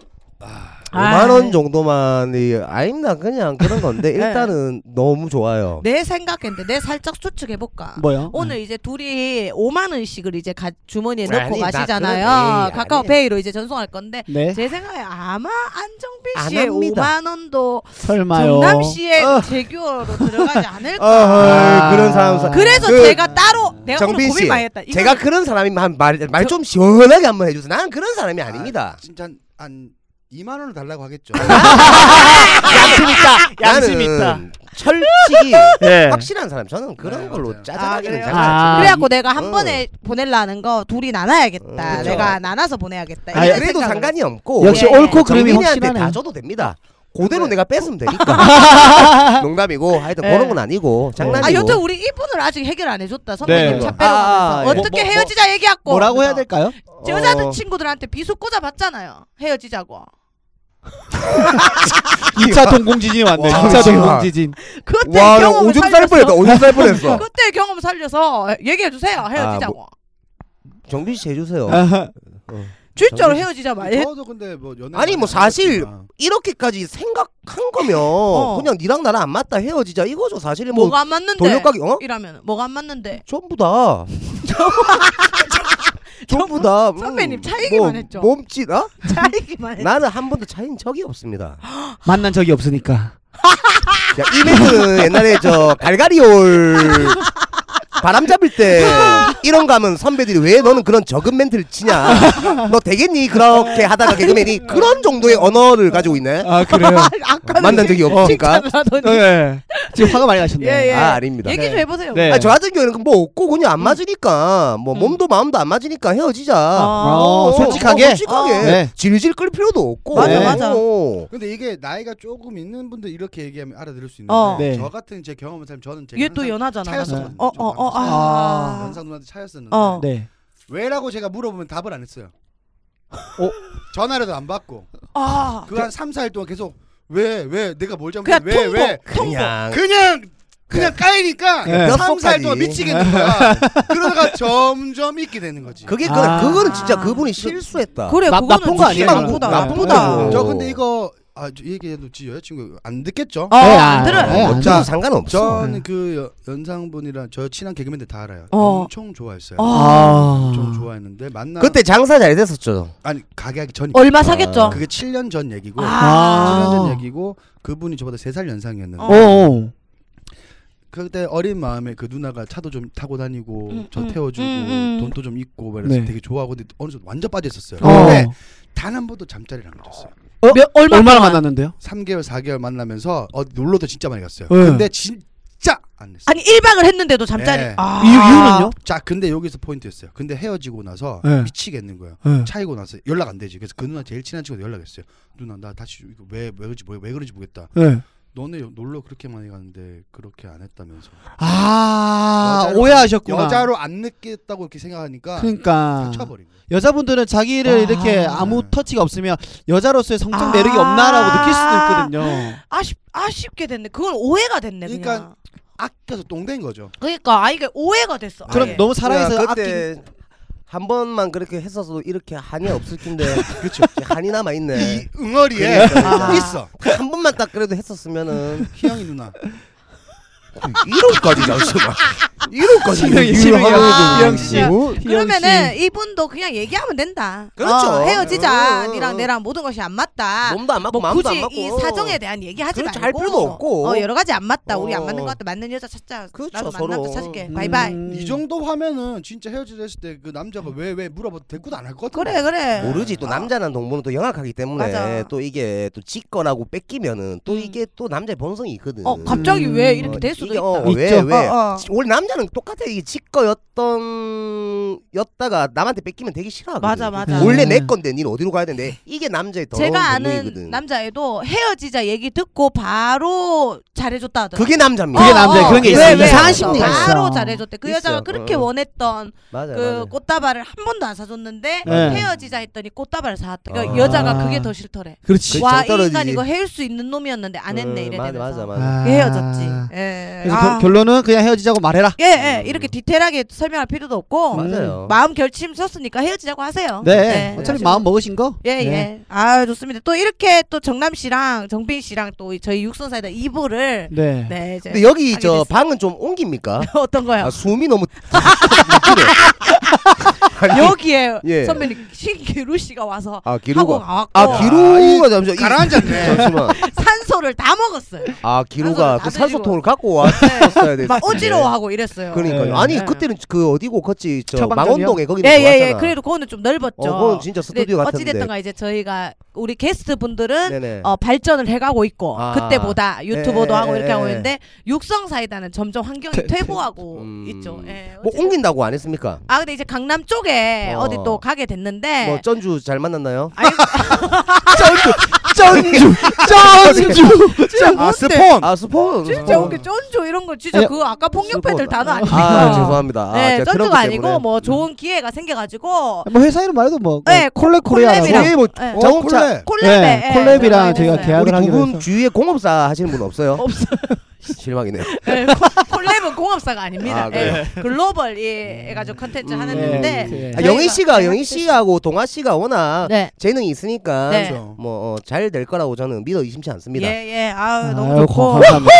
Speaker 2: 5만 아, 원 정도만 이 아닙니다 그냥 그런 건데
Speaker 1: 네.
Speaker 2: 일단은 너무 좋아요.
Speaker 1: 내 생각인데 내 살짝 추측해 볼까.
Speaker 3: 뭐요?
Speaker 1: 오늘 이제 둘이 5만 원씩을 이제 가- 주머니에 넣고
Speaker 2: 아니, 나
Speaker 1: 가시잖아요.
Speaker 2: 그런- 에이,
Speaker 1: 카카오페이로 이제 전송할 건데
Speaker 3: 네.
Speaker 1: 제 생각에 아마 안정빈
Speaker 2: 안
Speaker 1: 씨의
Speaker 2: 합니다.
Speaker 1: 5만 원도
Speaker 3: 설마요.
Speaker 1: 정남 씨의
Speaker 2: 어.
Speaker 1: 재규어로 들어가지 않을까.
Speaker 2: 아,
Speaker 3: 아.
Speaker 2: 그런 사람 사-
Speaker 1: 그래서
Speaker 2: 그-
Speaker 1: 제가 따로 내가 오늘
Speaker 2: 정빈
Speaker 1: 고민
Speaker 2: 씨,
Speaker 1: 많이 했다. 네, 이거는-
Speaker 2: 제가 그런 사람이면 말말 좀 시원하게 한번 해주세요. 나는 그런 사람이 아닙니다.
Speaker 4: 진짜 한- 한 2만 원을 달라고 하겠죠.
Speaker 3: 아,
Speaker 2: 양심 있다.
Speaker 5: 양심 있다.
Speaker 2: <laughs> 철칙이
Speaker 5: 예.
Speaker 2: 확실한 사람. 저는 그런
Speaker 4: 네,
Speaker 2: 걸로
Speaker 4: 맞아요.
Speaker 1: 아,
Speaker 2: 짜증나기는
Speaker 1: 그래요?
Speaker 2: 잘. 안
Speaker 3: 아,
Speaker 1: 그래갖고 내가 한
Speaker 2: 어.
Speaker 1: 번에 보내려는 거 둘이 나눠야겠다.
Speaker 2: 어, 그쵸.
Speaker 1: 내가 나눠서 보내야겠다.
Speaker 2: 해요.
Speaker 1: 이런
Speaker 2: 아니, 그래도
Speaker 1: 생각으로.
Speaker 2: 상관이 없고
Speaker 3: 역시
Speaker 1: 예,
Speaker 3: 옳고 그름이
Speaker 2: 네. 정민이한테
Speaker 3: 확실하네.
Speaker 2: 다 줘도 됩니다. 그대로
Speaker 4: 근데-
Speaker 2: 내가 뺏으면 되니까. 농담이고 하여튼
Speaker 1: 예.
Speaker 2: 그런 건 아니고 장난이고.
Speaker 1: 아 여튼 우리 이분을 아직 해결 안 해줬다
Speaker 5: 네.
Speaker 1: 선배님 차 빼러 가면서
Speaker 2: 아, 예.
Speaker 1: 어떻게
Speaker 3: 뭐, 뭐,
Speaker 1: 헤어지자 얘기하고
Speaker 3: 뭐라고 해야
Speaker 1: 그래서.
Speaker 3: 될까요?
Speaker 1: 여자들
Speaker 2: 어.
Speaker 1: 친구들한테 비수 꽂아봤잖아요 헤어지자고
Speaker 5: 2차 동공지진이 왔네.
Speaker 2: 와,
Speaker 5: 2차
Speaker 2: 진짜.
Speaker 5: 동공지진.
Speaker 1: 그때
Speaker 2: 와, 나
Speaker 1: 경험을
Speaker 2: 오줌
Speaker 1: 살려서
Speaker 2: 쌀 뻔했다. 오줌 쌀 뻔했어. 아, 뭐.
Speaker 1: 그때 경험 살려서 얘기해주세요 헤어지자고
Speaker 2: <laughs> 정빈 씨 해주세요. 어.
Speaker 3: 아하.
Speaker 1: 진짜로
Speaker 2: 저는-
Speaker 1: 헤어지자 말해
Speaker 4: 저도 근데 뭐 연애
Speaker 2: 아니, 뭐 사실 이렇게까지 생각한 거면 그냥 니랑 나랑 안 맞다 헤어지자 이거죠 사실은 뭐
Speaker 1: 뭐가 안 맞는데
Speaker 2: 돌려가기 어?
Speaker 1: 이라면 뭐가 안 맞는데 <laughs>
Speaker 2: 전부 다 전부 다 음,
Speaker 1: 선배님 차이기만
Speaker 2: 뭐,
Speaker 1: 했죠. 네.
Speaker 2: 몸짓 어?
Speaker 3: 음.
Speaker 1: <laughs> 차이기만 해
Speaker 2: 나는 한 번도 차인 적이 없습니다
Speaker 3: 만난 적이 없으니까.
Speaker 2: 야,
Speaker 1: <laughs>
Speaker 2: 이 멘트는 옛날에 저 갈가리올 바람 잡을
Speaker 1: <laughs>
Speaker 2: 때 이런 거 하면 선배들이 왜 너는 그런 적은 멘트를 치냐 너 되겠니 그렇게 하다가 개그맨이 그런 정도의 언어를 가지고 있네
Speaker 3: 아 <laughs> 그래요.
Speaker 1: <laughs> 아까
Speaker 2: 만난 적이 없으니까
Speaker 1: 칭찬하더니
Speaker 3: 예. 지금 화가 많이 나셨네요.
Speaker 1: 예, 예.
Speaker 2: 아 아닙니다
Speaker 1: 얘기 좀
Speaker 5: 네.
Speaker 1: 해보세요
Speaker 5: 네.
Speaker 2: 아, 저 같은 경우에는 뭐 없고 그냥 안 맞으니까 뭐
Speaker 1: 음. 아.
Speaker 2: 몸도 마음도 안 맞으니까 헤어지자.
Speaker 3: 어, 솔직하게?
Speaker 2: 어, 솔직하게.
Speaker 1: 어.
Speaker 3: 네.
Speaker 2: 질질 끌 필요도 없고.
Speaker 1: 맞아,
Speaker 3: 네.
Speaker 1: 맞아.
Speaker 2: 어.
Speaker 4: 근데 이게 나이가 조금 있는 분들 이렇게 얘기하면 알아들을 수 있는데
Speaker 1: 어.
Speaker 3: 네.
Speaker 4: 저 같은 제 경험을 사면 저는 제가
Speaker 1: 얘 또
Speaker 4: 항상
Speaker 1: 연하잖아
Speaker 4: 차였었거든요.
Speaker 1: 어 어
Speaker 4: 저는 항상
Speaker 1: 어아
Speaker 4: 연상 누나한테 차였었는데
Speaker 1: 어.
Speaker 3: 네.
Speaker 4: 왜라고 제가 물어보면 답을 안 했어요.
Speaker 3: 어?
Speaker 4: 전화라도 안 받고
Speaker 1: 아.
Speaker 4: 그 한 3, 4일 동안 계속 왜 왜 내가 뭘
Speaker 1: 그냥
Speaker 4: 잘못했 왜
Speaker 1: 통보
Speaker 4: 왜
Speaker 1: 통보
Speaker 2: 그냥
Speaker 4: 그냥 그냥 까이니까
Speaker 3: 네.
Speaker 4: 3, 4일
Speaker 2: 뼛속까지.
Speaker 4: 동안 미치겠는 거야. 그러다가 점점 잊게 되는 거지.
Speaker 2: 그게 그
Speaker 3: 아.
Speaker 2: 그거는 진짜 그분이 실수했다.
Speaker 1: 그래
Speaker 3: 나-
Speaker 1: 그거는
Speaker 3: 나쁜 거 아니에요?
Speaker 1: 진짜 나쁘다
Speaker 2: 나쁜
Speaker 1: 나쁘다
Speaker 2: 거죠.
Speaker 3: 어.
Speaker 4: 저 근데 이거 아, 저 얘기해도 지 여자친구 안 듣겠죠?
Speaker 1: 어,
Speaker 3: 네,
Speaker 1: 안
Speaker 3: 아,
Speaker 1: 들어요.
Speaker 3: 예, 안
Speaker 2: 어쩌면
Speaker 3: 들어요.
Speaker 1: 아,
Speaker 2: 상관없어.
Speaker 3: 네.
Speaker 4: 저는 그 여- 연상분이랑 저 친한 개그맨들 다 알아요.
Speaker 1: 어.
Speaker 4: 엄청 좋아했어요.
Speaker 1: 어.
Speaker 3: 아.
Speaker 4: 엄청 좋아했는데 만나
Speaker 2: 그때 장사 잘 됐었죠.
Speaker 4: 아니 가게 하기 전
Speaker 1: 얼마 사겠죠?
Speaker 4: 그게 7년 전 얘기고
Speaker 1: 아.
Speaker 4: 7년 전 얘기고 그분이 저보다 3살 연상이었는데
Speaker 1: 어.
Speaker 3: 오, 오.
Speaker 4: 그때 어린 마음에 그 누나가 차도 좀 타고 다니고
Speaker 1: 음,
Speaker 4: 저
Speaker 1: 음,
Speaker 4: 태워주고
Speaker 1: 음, 음.
Speaker 4: 돈도 좀 있고 그래서
Speaker 3: 네.
Speaker 4: 되게 좋아하고 근데 어느 정도 완전 빠져 있었어요.
Speaker 3: 어.
Speaker 4: 근데 단 한 번도 잠자리를 안 가졌어요.
Speaker 1: 몇, 얼마
Speaker 3: 얼마나
Speaker 1: 동안?
Speaker 3: 만났는데요?
Speaker 4: 3개월 4개월 만나면서 어, 놀러도 진짜 많이 갔어요.
Speaker 3: 네.
Speaker 4: 근데 진짜 안 했어요.
Speaker 1: 아니 1박을 했는데도 잠자리
Speaker 4: 네.
Speaker 1: 아.
Speaker 3: 이유 이유는요?
Speaker 4: 자 근데 여기서 포인트였어요. 근데 헤어지고 나서
Speaker 3: 네.
Speaker 4: 미치겠는 거예요.
Speaker 3: 예.
Speaker 4: 차이고 나서 연락 안 되지. 그래서 그 누나 제일 친한 친구한테 연락했어요. 누나 나 다시 이거 왜, 왜 그러지 뭐, 왜, 왜 그러지 모르겠다.
Speaker 3: 예.
Speaker 4: 너네 놀러 그렇게 많이 갔는데 그렇게 안 했다면서.
Speaker 3: 아
Speaker 4: 여자로-
Speaker 1: 그
Speaker 3: 오해하셨구나.
Speaker 4: 여자로 안 느꼈다고 이렇게 생각하니까
Speaker 3: 그러니까
Speaker 4: 쳐버린 거예요.
Speaker 3: 여자분들은 자기를
Speaker 1: 아.
Speaker 3: 이렇게 아무 터치가 없으면 여자로서의 성적
Speaker 1: 아.
Speaker 3: 매력이 없나라고 느낄 수도 있거든요.
Speaker 1: 아쉽 아쉽게 됐네. 그건 오해가 됐네.
Speaker 4: 그러니까
Speaker 1: 그냥.
Speaker 4: 아껴서 똥된 거죠.
Speaker 1: 그러니까 아 이게 오해가 됐어.
Speaker 3: 그럼
Speaker 1: 아예.
Speaker 3: 너무 살아있어
Speaker 2: 야,
Speaker 3: 아낀
Speaker 2: 그때 한 번만 그렇게 했어도 이렇게 한이 없을 <laughs> 텐데
Speaker 4: 그렇죠.
Speaker 2: 한이 남아 있네.
Speaker 4: 이 응어리에
Speaker 1: 아.
Speaker 4: 있어.
Speaker 2: 한 번만 딱 그래도 했었으면은
Speaker 4: 희영이
Speaker 1: <laughs>
Speaker 4: 누나.
Speaker 2: <laughs> 이런까지 잠시만 이런까지
Speaker 5: 치명이
Speaker 1: 아,
Speaker 5: 치명이 씨.
Speaker 1: 진짜.
Speaker 5: 오?
Speaker 1: 그러면은 이분도 그냥 얘기하면 된다.
Speaker 2: 그렇죠.
Speaker 1: 어, 헤어지자.
Speaker 2: 음, 음,
Speaker 1: 니랑
Speaker 2: 음.
Speaker 1: 내랑 모든 것이 안 맞다.
Speaker 2: 몸도 안 맞고
Speaker 1: 뭐
Speaker 2: 마음도
Speaker 1: 굳이
Speaker 2: 안 맞고
Speaker 1: 이 사정에 대한 얘기하지
Speaker 2: 그렇죠.
Speaker 1: 말고
Speaker 2: 할 필요도 없고.
Speaker 1: 어, 여러 가지 안 맞다. 우리 안
Speaker 2: 어.
Speaker 1: 맞는 것 같다. 맞는 여자 찾자.
Speaker 2: 그렇죠,
Speaker 1: 나도 만나서
Speaker 2: 서로.
Speaker 1: 찾을게.
Speaker 3: 음.
Speaker 1: 바이바이.
Speaker 4: 이 정도 하면은 진짜 헤어지자 했을 때 그 남자가 왜 왜 물어봐도 대꾸도 안 할 것 같아.
Speaker 1: 그래 그래.
Speaker 2: 모르지 또 남자는 동물은 또 영악하기 때문에
Speaker 1: 맞아.
Speaker 2: 또 이게 또 짓거나고 뺏기면은 또
Speaker 1: 음.
Speaker 2: 이게 또 남자의 본성이 있거든.
Speaker 1: 어 갑자기
Speaker 3: 음.
Speaker 1: 왜 이렇게 될 수도
Speaker 2: 이게,
Speaker 1: 있다.
Speaker 2: 어,
Speaker 3: 있다.
Speaker 2: 왜
Speaker 3: 있죠.
Speaker 2: 왜?
Speaker 1: 어, 어.
Speaker 2: 지- 원래 남자는 똑같아 이게 지꺼였던 였다가 남한테 뺏기면 되기 싫어.
Speaker 1: 맞아 맞아.
Speaker 2: 원래 내 건데 니는 어디로
Speaker 1: <laughs>
Speaker 2: 가야 되는데 이게 남자의 더러운
Speaker 1: 제가
Speaker 2: 본능이거든.
Speaker 1: 아는 남자애도 헤어지자 얘기 듣고 바로 잘해줬다 하더라.
Speaker 2: 그게 남자입니다.
Speaker 3: 그게 남자야.
Speaker 1: 어,
Speaker 3: 그런 게
Speaker 1: 어.
Speaker 3: 있어.
Speaker 1: 왜, 왜?
Speaker 3: 이상한 심리가 있어.
Speaker 1: 바로 잘해줬대. 그
Speaker 2: 있어.
Speaker 1: 여자가 그렇게
Speaker 2: 어.
Speaker 1: 원했던
Speaker 2: 맞아
Speaker 1: 그
Speaker 2: 맞아.
Speaker 1: 꽃다발을 한 번도 안 사줬는데
Speaker 3: 네.
Speaker 1: 헤어지자 했더니 꽃다발을 사왔대. 그러니까
Speaker 2: 아.
Speaker 1: 여자가 그게 더 싫더래.
Speaker 3: 그렇지
Speaker 1: 와, 이
Speaker 2: 정 떨어지지.
Speaker 1: 인간 이거 헤일 수 있는 놈이었는데 안 했네
Speaker 2: 음,
Speaker 1: 이래
Speaker 2: 맞아
Speaker 1: 되면서.
Speaker 2: 맞아 맞아.
Speaker 3: 아.
Speaker 1: 헤어졌지. 예.
Speaker 3: 그래서
Speaker 1: 아.
Speaker 3: 결- 결론은 그냥 헤어지자고 말해라
Speaker 1: 예, 예. 이렇게 디테일하게 설명할 필요도 없고
Speaker 2: 맞아요.
Speaker 1: 마음 결심 썼으니까 헤어지자고 하세요.
Speaker 3: 네, 어차피
Speaker 1: 그래가지고.
Speaker 3: 마음 먹으신 거
Speaker 1: 예, 예.
Speaker 3: 네.
Speaker 1: 아, 좋습니다. 또 이렇게 또 정남 씨랑 정빈 씨랑 또 저희 육선사이다 2부를
Speaker 3: 네.
Speaker 1: 네, 이제
Speaker 2: 근데 여기
Speaker 1: 하게
Speaker 2: 저
Speaker 1: 됐어요.
Speaker 2: 방은 좀
Speaker 1: <laughs>
Speaker 2: 옮깁니까?
Speaker 1: 어떤 거요?
Speaker 2: 아, 숨이 너무 <laughs> 길어. 아니,
Speaker 1: <laughs> 여기에
Speaker 2: 예.
Speaker 1: 선배님 신기루 씨가 와서
Speaker 2: 아
Speaker 1: 하고
Speaker 2: 기루가
Speaker 1: 나왔고
Speaker 2: 아 기루가 잠시
Speaker 4: 가라앉았네.
Speaker 2: 잠시만.
Speaker 1: 산소를 다
Speaker 2: <laughs>
Speaker 1: 먹었어요.
Speaker 2: 아
Speaker 1: 산소를 다
Speaker 2: 기루가 그
Speaker 1: 빼주고.
Speaker 2: 산소통을 갖고 왔었어야
Speaker 1: <laughs>
Speaker 2: 됐.
Speaker 1: 막 어지러워하고 이랬어요.
Speaker 2: 네. 그러니까요.
Speaker 5: 네.
Speaker 2: 아니
Speaker 1: 네.
Speaker 2: 그때는 그 어디고 컸지 저
Speaker 3: 처방전이요?
Speaker 2: 망원동에 거기는
Speaker 1: 예예예.
Speaker 2: 좋았잖아.
Speaker 1: 그래도 그거는 좀 넓었죠.
Speaker 2: 어, 그건 진짜 스튜디오
Speaker 1: 근데
Speaker 2: 같은데.
Speaker 1: 어찌됐든가 이제 저희가 우리 게스트 분들은
Speaker 2: 네네. 뭐
Speaker 1: 어, 발전을 해가고 있고
Speaker 2: 아.
Speaker 1: 그때보다 유튜버도
Speaker 2: 예,
Speaker 1: 하고
Speaker 2: 예,
Speaker 1: 이렇게 하고
Speaker 2: 예.
Speaker 1: 있는데 육성 사이다는 점점 환경이
Speaker 3: 퇴-
Speaker 1: 퇴보하고
Speaker 2: 음.
Speaker 1: 있죠. 예,
Speaker 2: 뭐
Speaker 1: 어쨌든.
Speaker 2: 옮긴다고 안 했습니까?
Speaker 1: 아 근데 이제 강남 쪽에
Speaker 2: 어.
Speaker 1: 어. 디또 가게 됐는데
Speaker 2: 뭐 전주 잘
Speaker 1: <laughs>
Speaker 2: 만났나요? <laughs>
Speaker 3: 쩐주 네. 쩐주
Speaker 4: 아 스폰.
Speaker 2: 아 스폰.
Speaker 1: 어, 진짜
Speaker 2: 스폰.
Speaker 1: 웃겨 쫀조 이런 거 진짜
Speaker 3: 아니,
Speaker 1: 그 아까 폭력배들
Speaker 2: 스폰.
Speaker 1: 단어 아니에요?
Speaker 2: 아 죄송합니다. 아,
Speaker 1: 네,
Speaker 2: 제가 그런
Speaker 1: 쩐조가
Speaker 2: 것
Speaker 1: 아니고
Speaker 2: 때문에. 음.
Speaker 1: 뭐 좋은 기회가 생겨가지고
Speaker 3: 뭐 회사 이름 말해도 뭐
Speaker 1: 네,
Speaker 3: 콜레
Speaker 1: 콜랩이랑
Speaker 3: 코리아라고
Speaker 2: 우리 뭐
Speaker 1: 네.
Speaker 2: 자동차
Speaker 4: 콜레.
Speaker 1: 콜랩에
Speaker 3: 네,
Speaker 1: 예,
Speaker 3: 콜랩이랑
Speaker 1: 들어가
Speaker 3: 저희가
Speaker 1: 있어요.
Speaker 3: 계약-
Speaker 2: 우리
Speaker 3: 계약을 하기로
Speaker 2: 두 분
Speaker 3: 해서.
Speaker 2: 주위에 공업사 하시는 분 없어요?
Speaker 1: <laughs> 없어요.
Speaker 2: <laughs> 실망이네요.
Speaker 1: 네, 콜- 콜랩은 공업사가 아닙니다.
Speaker 2: 아,
Speaker 1: 예,
Speaker 2: 그래요?
Speaker 1: 글로벌 예, 해가지고 컨텐츠
Speaker 2: 음, 음.
Speaker 1: 하는 건데
Speaker 3: 네.
Speaker 2: 아,
Speaker 1: 저희가
Speaker 2: 영희 씨가 영희
Speaker 1: 생각했을-
Speaker 2: 씨하고 동아 씨가 워낙
Speaker 1: 네.
Speaker 2: 재능이 있으니까
Speaker 1: 네.
Speaker 4: 그렇죠.
Speaker 2: 뭐잘 될 거라고 저는 믿어 의심치 않습니다.
Speaker 1: 예, 예. 아유, 너무
Speaker 3: 아유
Speaker 1: <laughs> 좋고.
Speaker 3: 감사합니다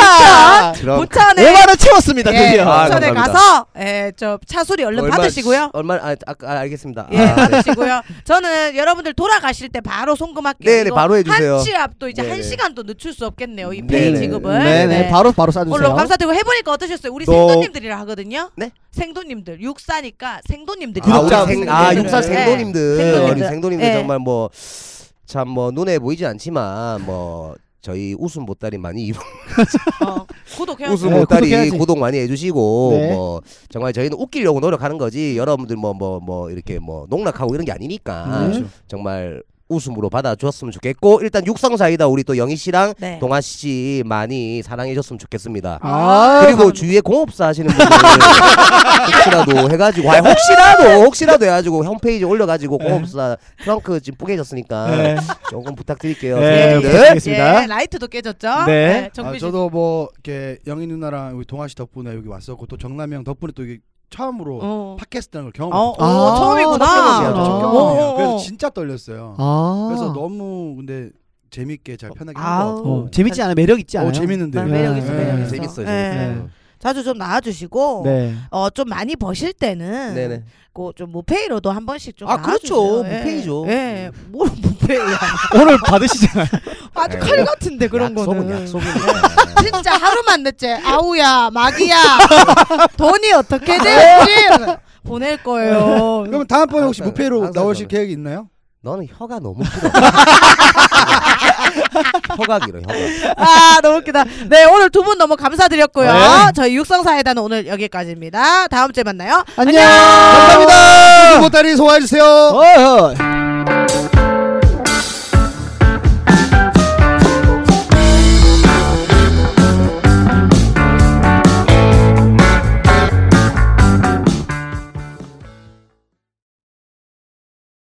Speaker 1: 아,
Speaker 3: 야하
Speaker 2: 드럼
Speaker 1: 부천에
Speaker 3: 5만원 예, 채웠습니다
Speaker 1: 예,
Speaker 3: 드디어
Speaker 2: 아,
Speaker 1: 부천에
Speaker 2: 감사합니다.
Speaker 1: 가서 예, 저 차수리 얼른
Speaker 2: 얼마-
Speaker 1: 받으시고요.
Speaker 2: 얼마 아, 아, 아 알겠습니다.
Speaker 1: 예,
Speaker 2: 아, 네.
Speaker 1: 받으시고요. 저는 여러분들 돌아가실 때 바로 송금할게요.
Speaker 2: 네네,
Speaker 1: 예. 이거
Speaker 2: 바로 해주세요.
Speaker 1: 한치 앞도 이제
Speaker 2: 네네.
Speaker 1: 한 시간도 늦출 수 예, 아, 없겠네요. 이
Speaker 2: 네네.
Speaker 1: 페이 지급을.
Speaker 3: 네네 바로 바로 싸주세요
Speaker 1: 물론 감사드리고 해보니까 어떠셨어요? 우리
Speaker 2: 또-
Speaker 1: 생도님들이라 하거든요.
Speaker 2: 네?
Speaker 1: 생도님들 육사니까 생도님들이
Speaker 2: 아, 우리
Speaker 3: 구독자
Speaker 2: 생, 아
Speaker 3: 분들은.
Speaker 2: 육사
Speaker 1: 네.
Speaker 2: 생도님들,
Speaker 1: 생도님들.
Speaker 2: 우리 생도님들
Speaker 1: 네.
Speaker 2: 정말 뭐 참 뭐 눈에 보이지 않지만 뭐 저희 웃음 보따리 많이 입-
Speaker 1: 어, 구독해요.
Speaker 2: 웃음
Speaker 3: 네,
Speaker 2: 보따리
Speaker 3: 구독해야지.
Speaker 2: 구독 많이 해주시고
Speaker 3: 네.
Speaker 2: 뭐 정말 저희는 웃기려고 노력하는 거지 여러분들 뭐 뭐 뭐 이렇게 뭐 농락하고 이런 게 아니니까
Speaker 1: 음,
Speaker 3: 네.
Speaker 1: 그렇죠.
Speaker 2: 정말 웃음으로 받아주었으면 좋겠고 일단 육성사이다 우리 또 영희 씨랑
Speaker 1: 네.
Speaker 2: 동아 씨 많이 사랑해줬으면 좋겠습니다.
Speaker 3: 아
Speaker 2: 그리고 주위에 공업사 하시는 분들 <laughs> 혹시라도 해가지고 아니, 혹시라도 혹시라도 해가지고 홈페이지 올려가지고 공업사 트렁크 지금 뿌개졌으니까
Speaker 5: 네.
Speaker 2: 조금 부탁드릴게요.
Speaker 5: 네,
Speaker 2: 선생님들.
Speaker 5: 부탁드리겠습니다.
Speaker 1: 예, 라이트도 깨졌죠.
Speaker 5: 네.
Speaker 1: 정빈
Speaker 4: 아,
Speaker 1: 씨.
Speaker 4: 저도 뭐 이렇게 영희 누나랑 우리 동아 씨 덕분에 여기 왔었고 또 정남이 형 덕분에 또 이게 처음으로
Speaker 1: 어.
Speaker 4: 팟캐스트라는 걸
Speaker 1: 어,
Speaker 4: 경험.
Speaker 1: 어,
Speaker 3: 아,
Speaker 1: 처음이구나.
Speaker 2: 아,
Speaker 4: 첫
Speaker 3: 아.
Speaker 4: 경험이에요.
Speaker 1: 어,
Speaker 4: 그래서
Speaker 1: 어.
Speaker 4: 진짜 떨렸어요.
Speaker 3: 아
Speaker 4: 그래서 너무 근데 재밌게 잘 편하게
Speaker 1: 아우.
Speaker 4: 한것 같고.
Speaker 3: 어, 재밌지 않아 매력 있지 않아요
Speaker 4: 어, 재밌는데.
Speaker 1: 아, 매력 있어,
Speaker 3: 네.
Speaker 1: 매력 있어.
Speaker 2: 재밌어요.
Speaker 1: 예.
Speaker 2: 재밌어요.
Speaker 1: 자주 좀 나와주시고
Speaker 3: 네 <laughs>
Speaker 1: 어, 좀 많이 버실 때는 뭐
Speaker 2: 네네.
Speaker 1: 그좀 무페이로도 한 번씩 좀
Speaker 2: 아,
Speaker 1: 나와주세요.
Speaker 2: 그렇죠.
Speaker 1: 예.
Speaker 2: 무페이죠.
Speaker 1: 예, 뭘
Speaker 2: <laughs>
Speaker 1: 무페이야.
Speaker 5: 오늘 받으시잖아요.
Speaker 1: 아주
Speaker 2: 예.
Speaker 1: 칼 같은데 그런
Speaker 2: 약속은
Speaker 1: 거는.
Speaker 2: 약속이니까.
Speaker 1: 진짜 하루만 냈지. 아우야,
Speaker 2: <laughs>
Speaker 1: 마기야. 돈이
Speaker 2: 네.
Speaker 1: 어떻게 될지 보낼 거예요.
Speaker 4: 그러면 다음번에 혹시
Speaker 2: 항상,
Speaker 4: 무패로
Speaker 2: 항상
Speaker 4: 나오실
Speaker 2: 저는.
Speaker 4: 계획이 있나요?
Speaker 2: 너는 혀가 너무 길어. 혀가 길어, 혀가.
Speaker 1: 아, 너무 웃기다. 네, 오늘 두 분 너무 감사드렸고요.
Speaker 5: 네.
Speaker 1: 저희 육성사회단은 오늘 여기까지입니다. 다음 주에 만나요.
Speaker 3: 안녕
Speaker 4: 감사합니다. 보따리 소화해 주세요.
Speaker 3: 어허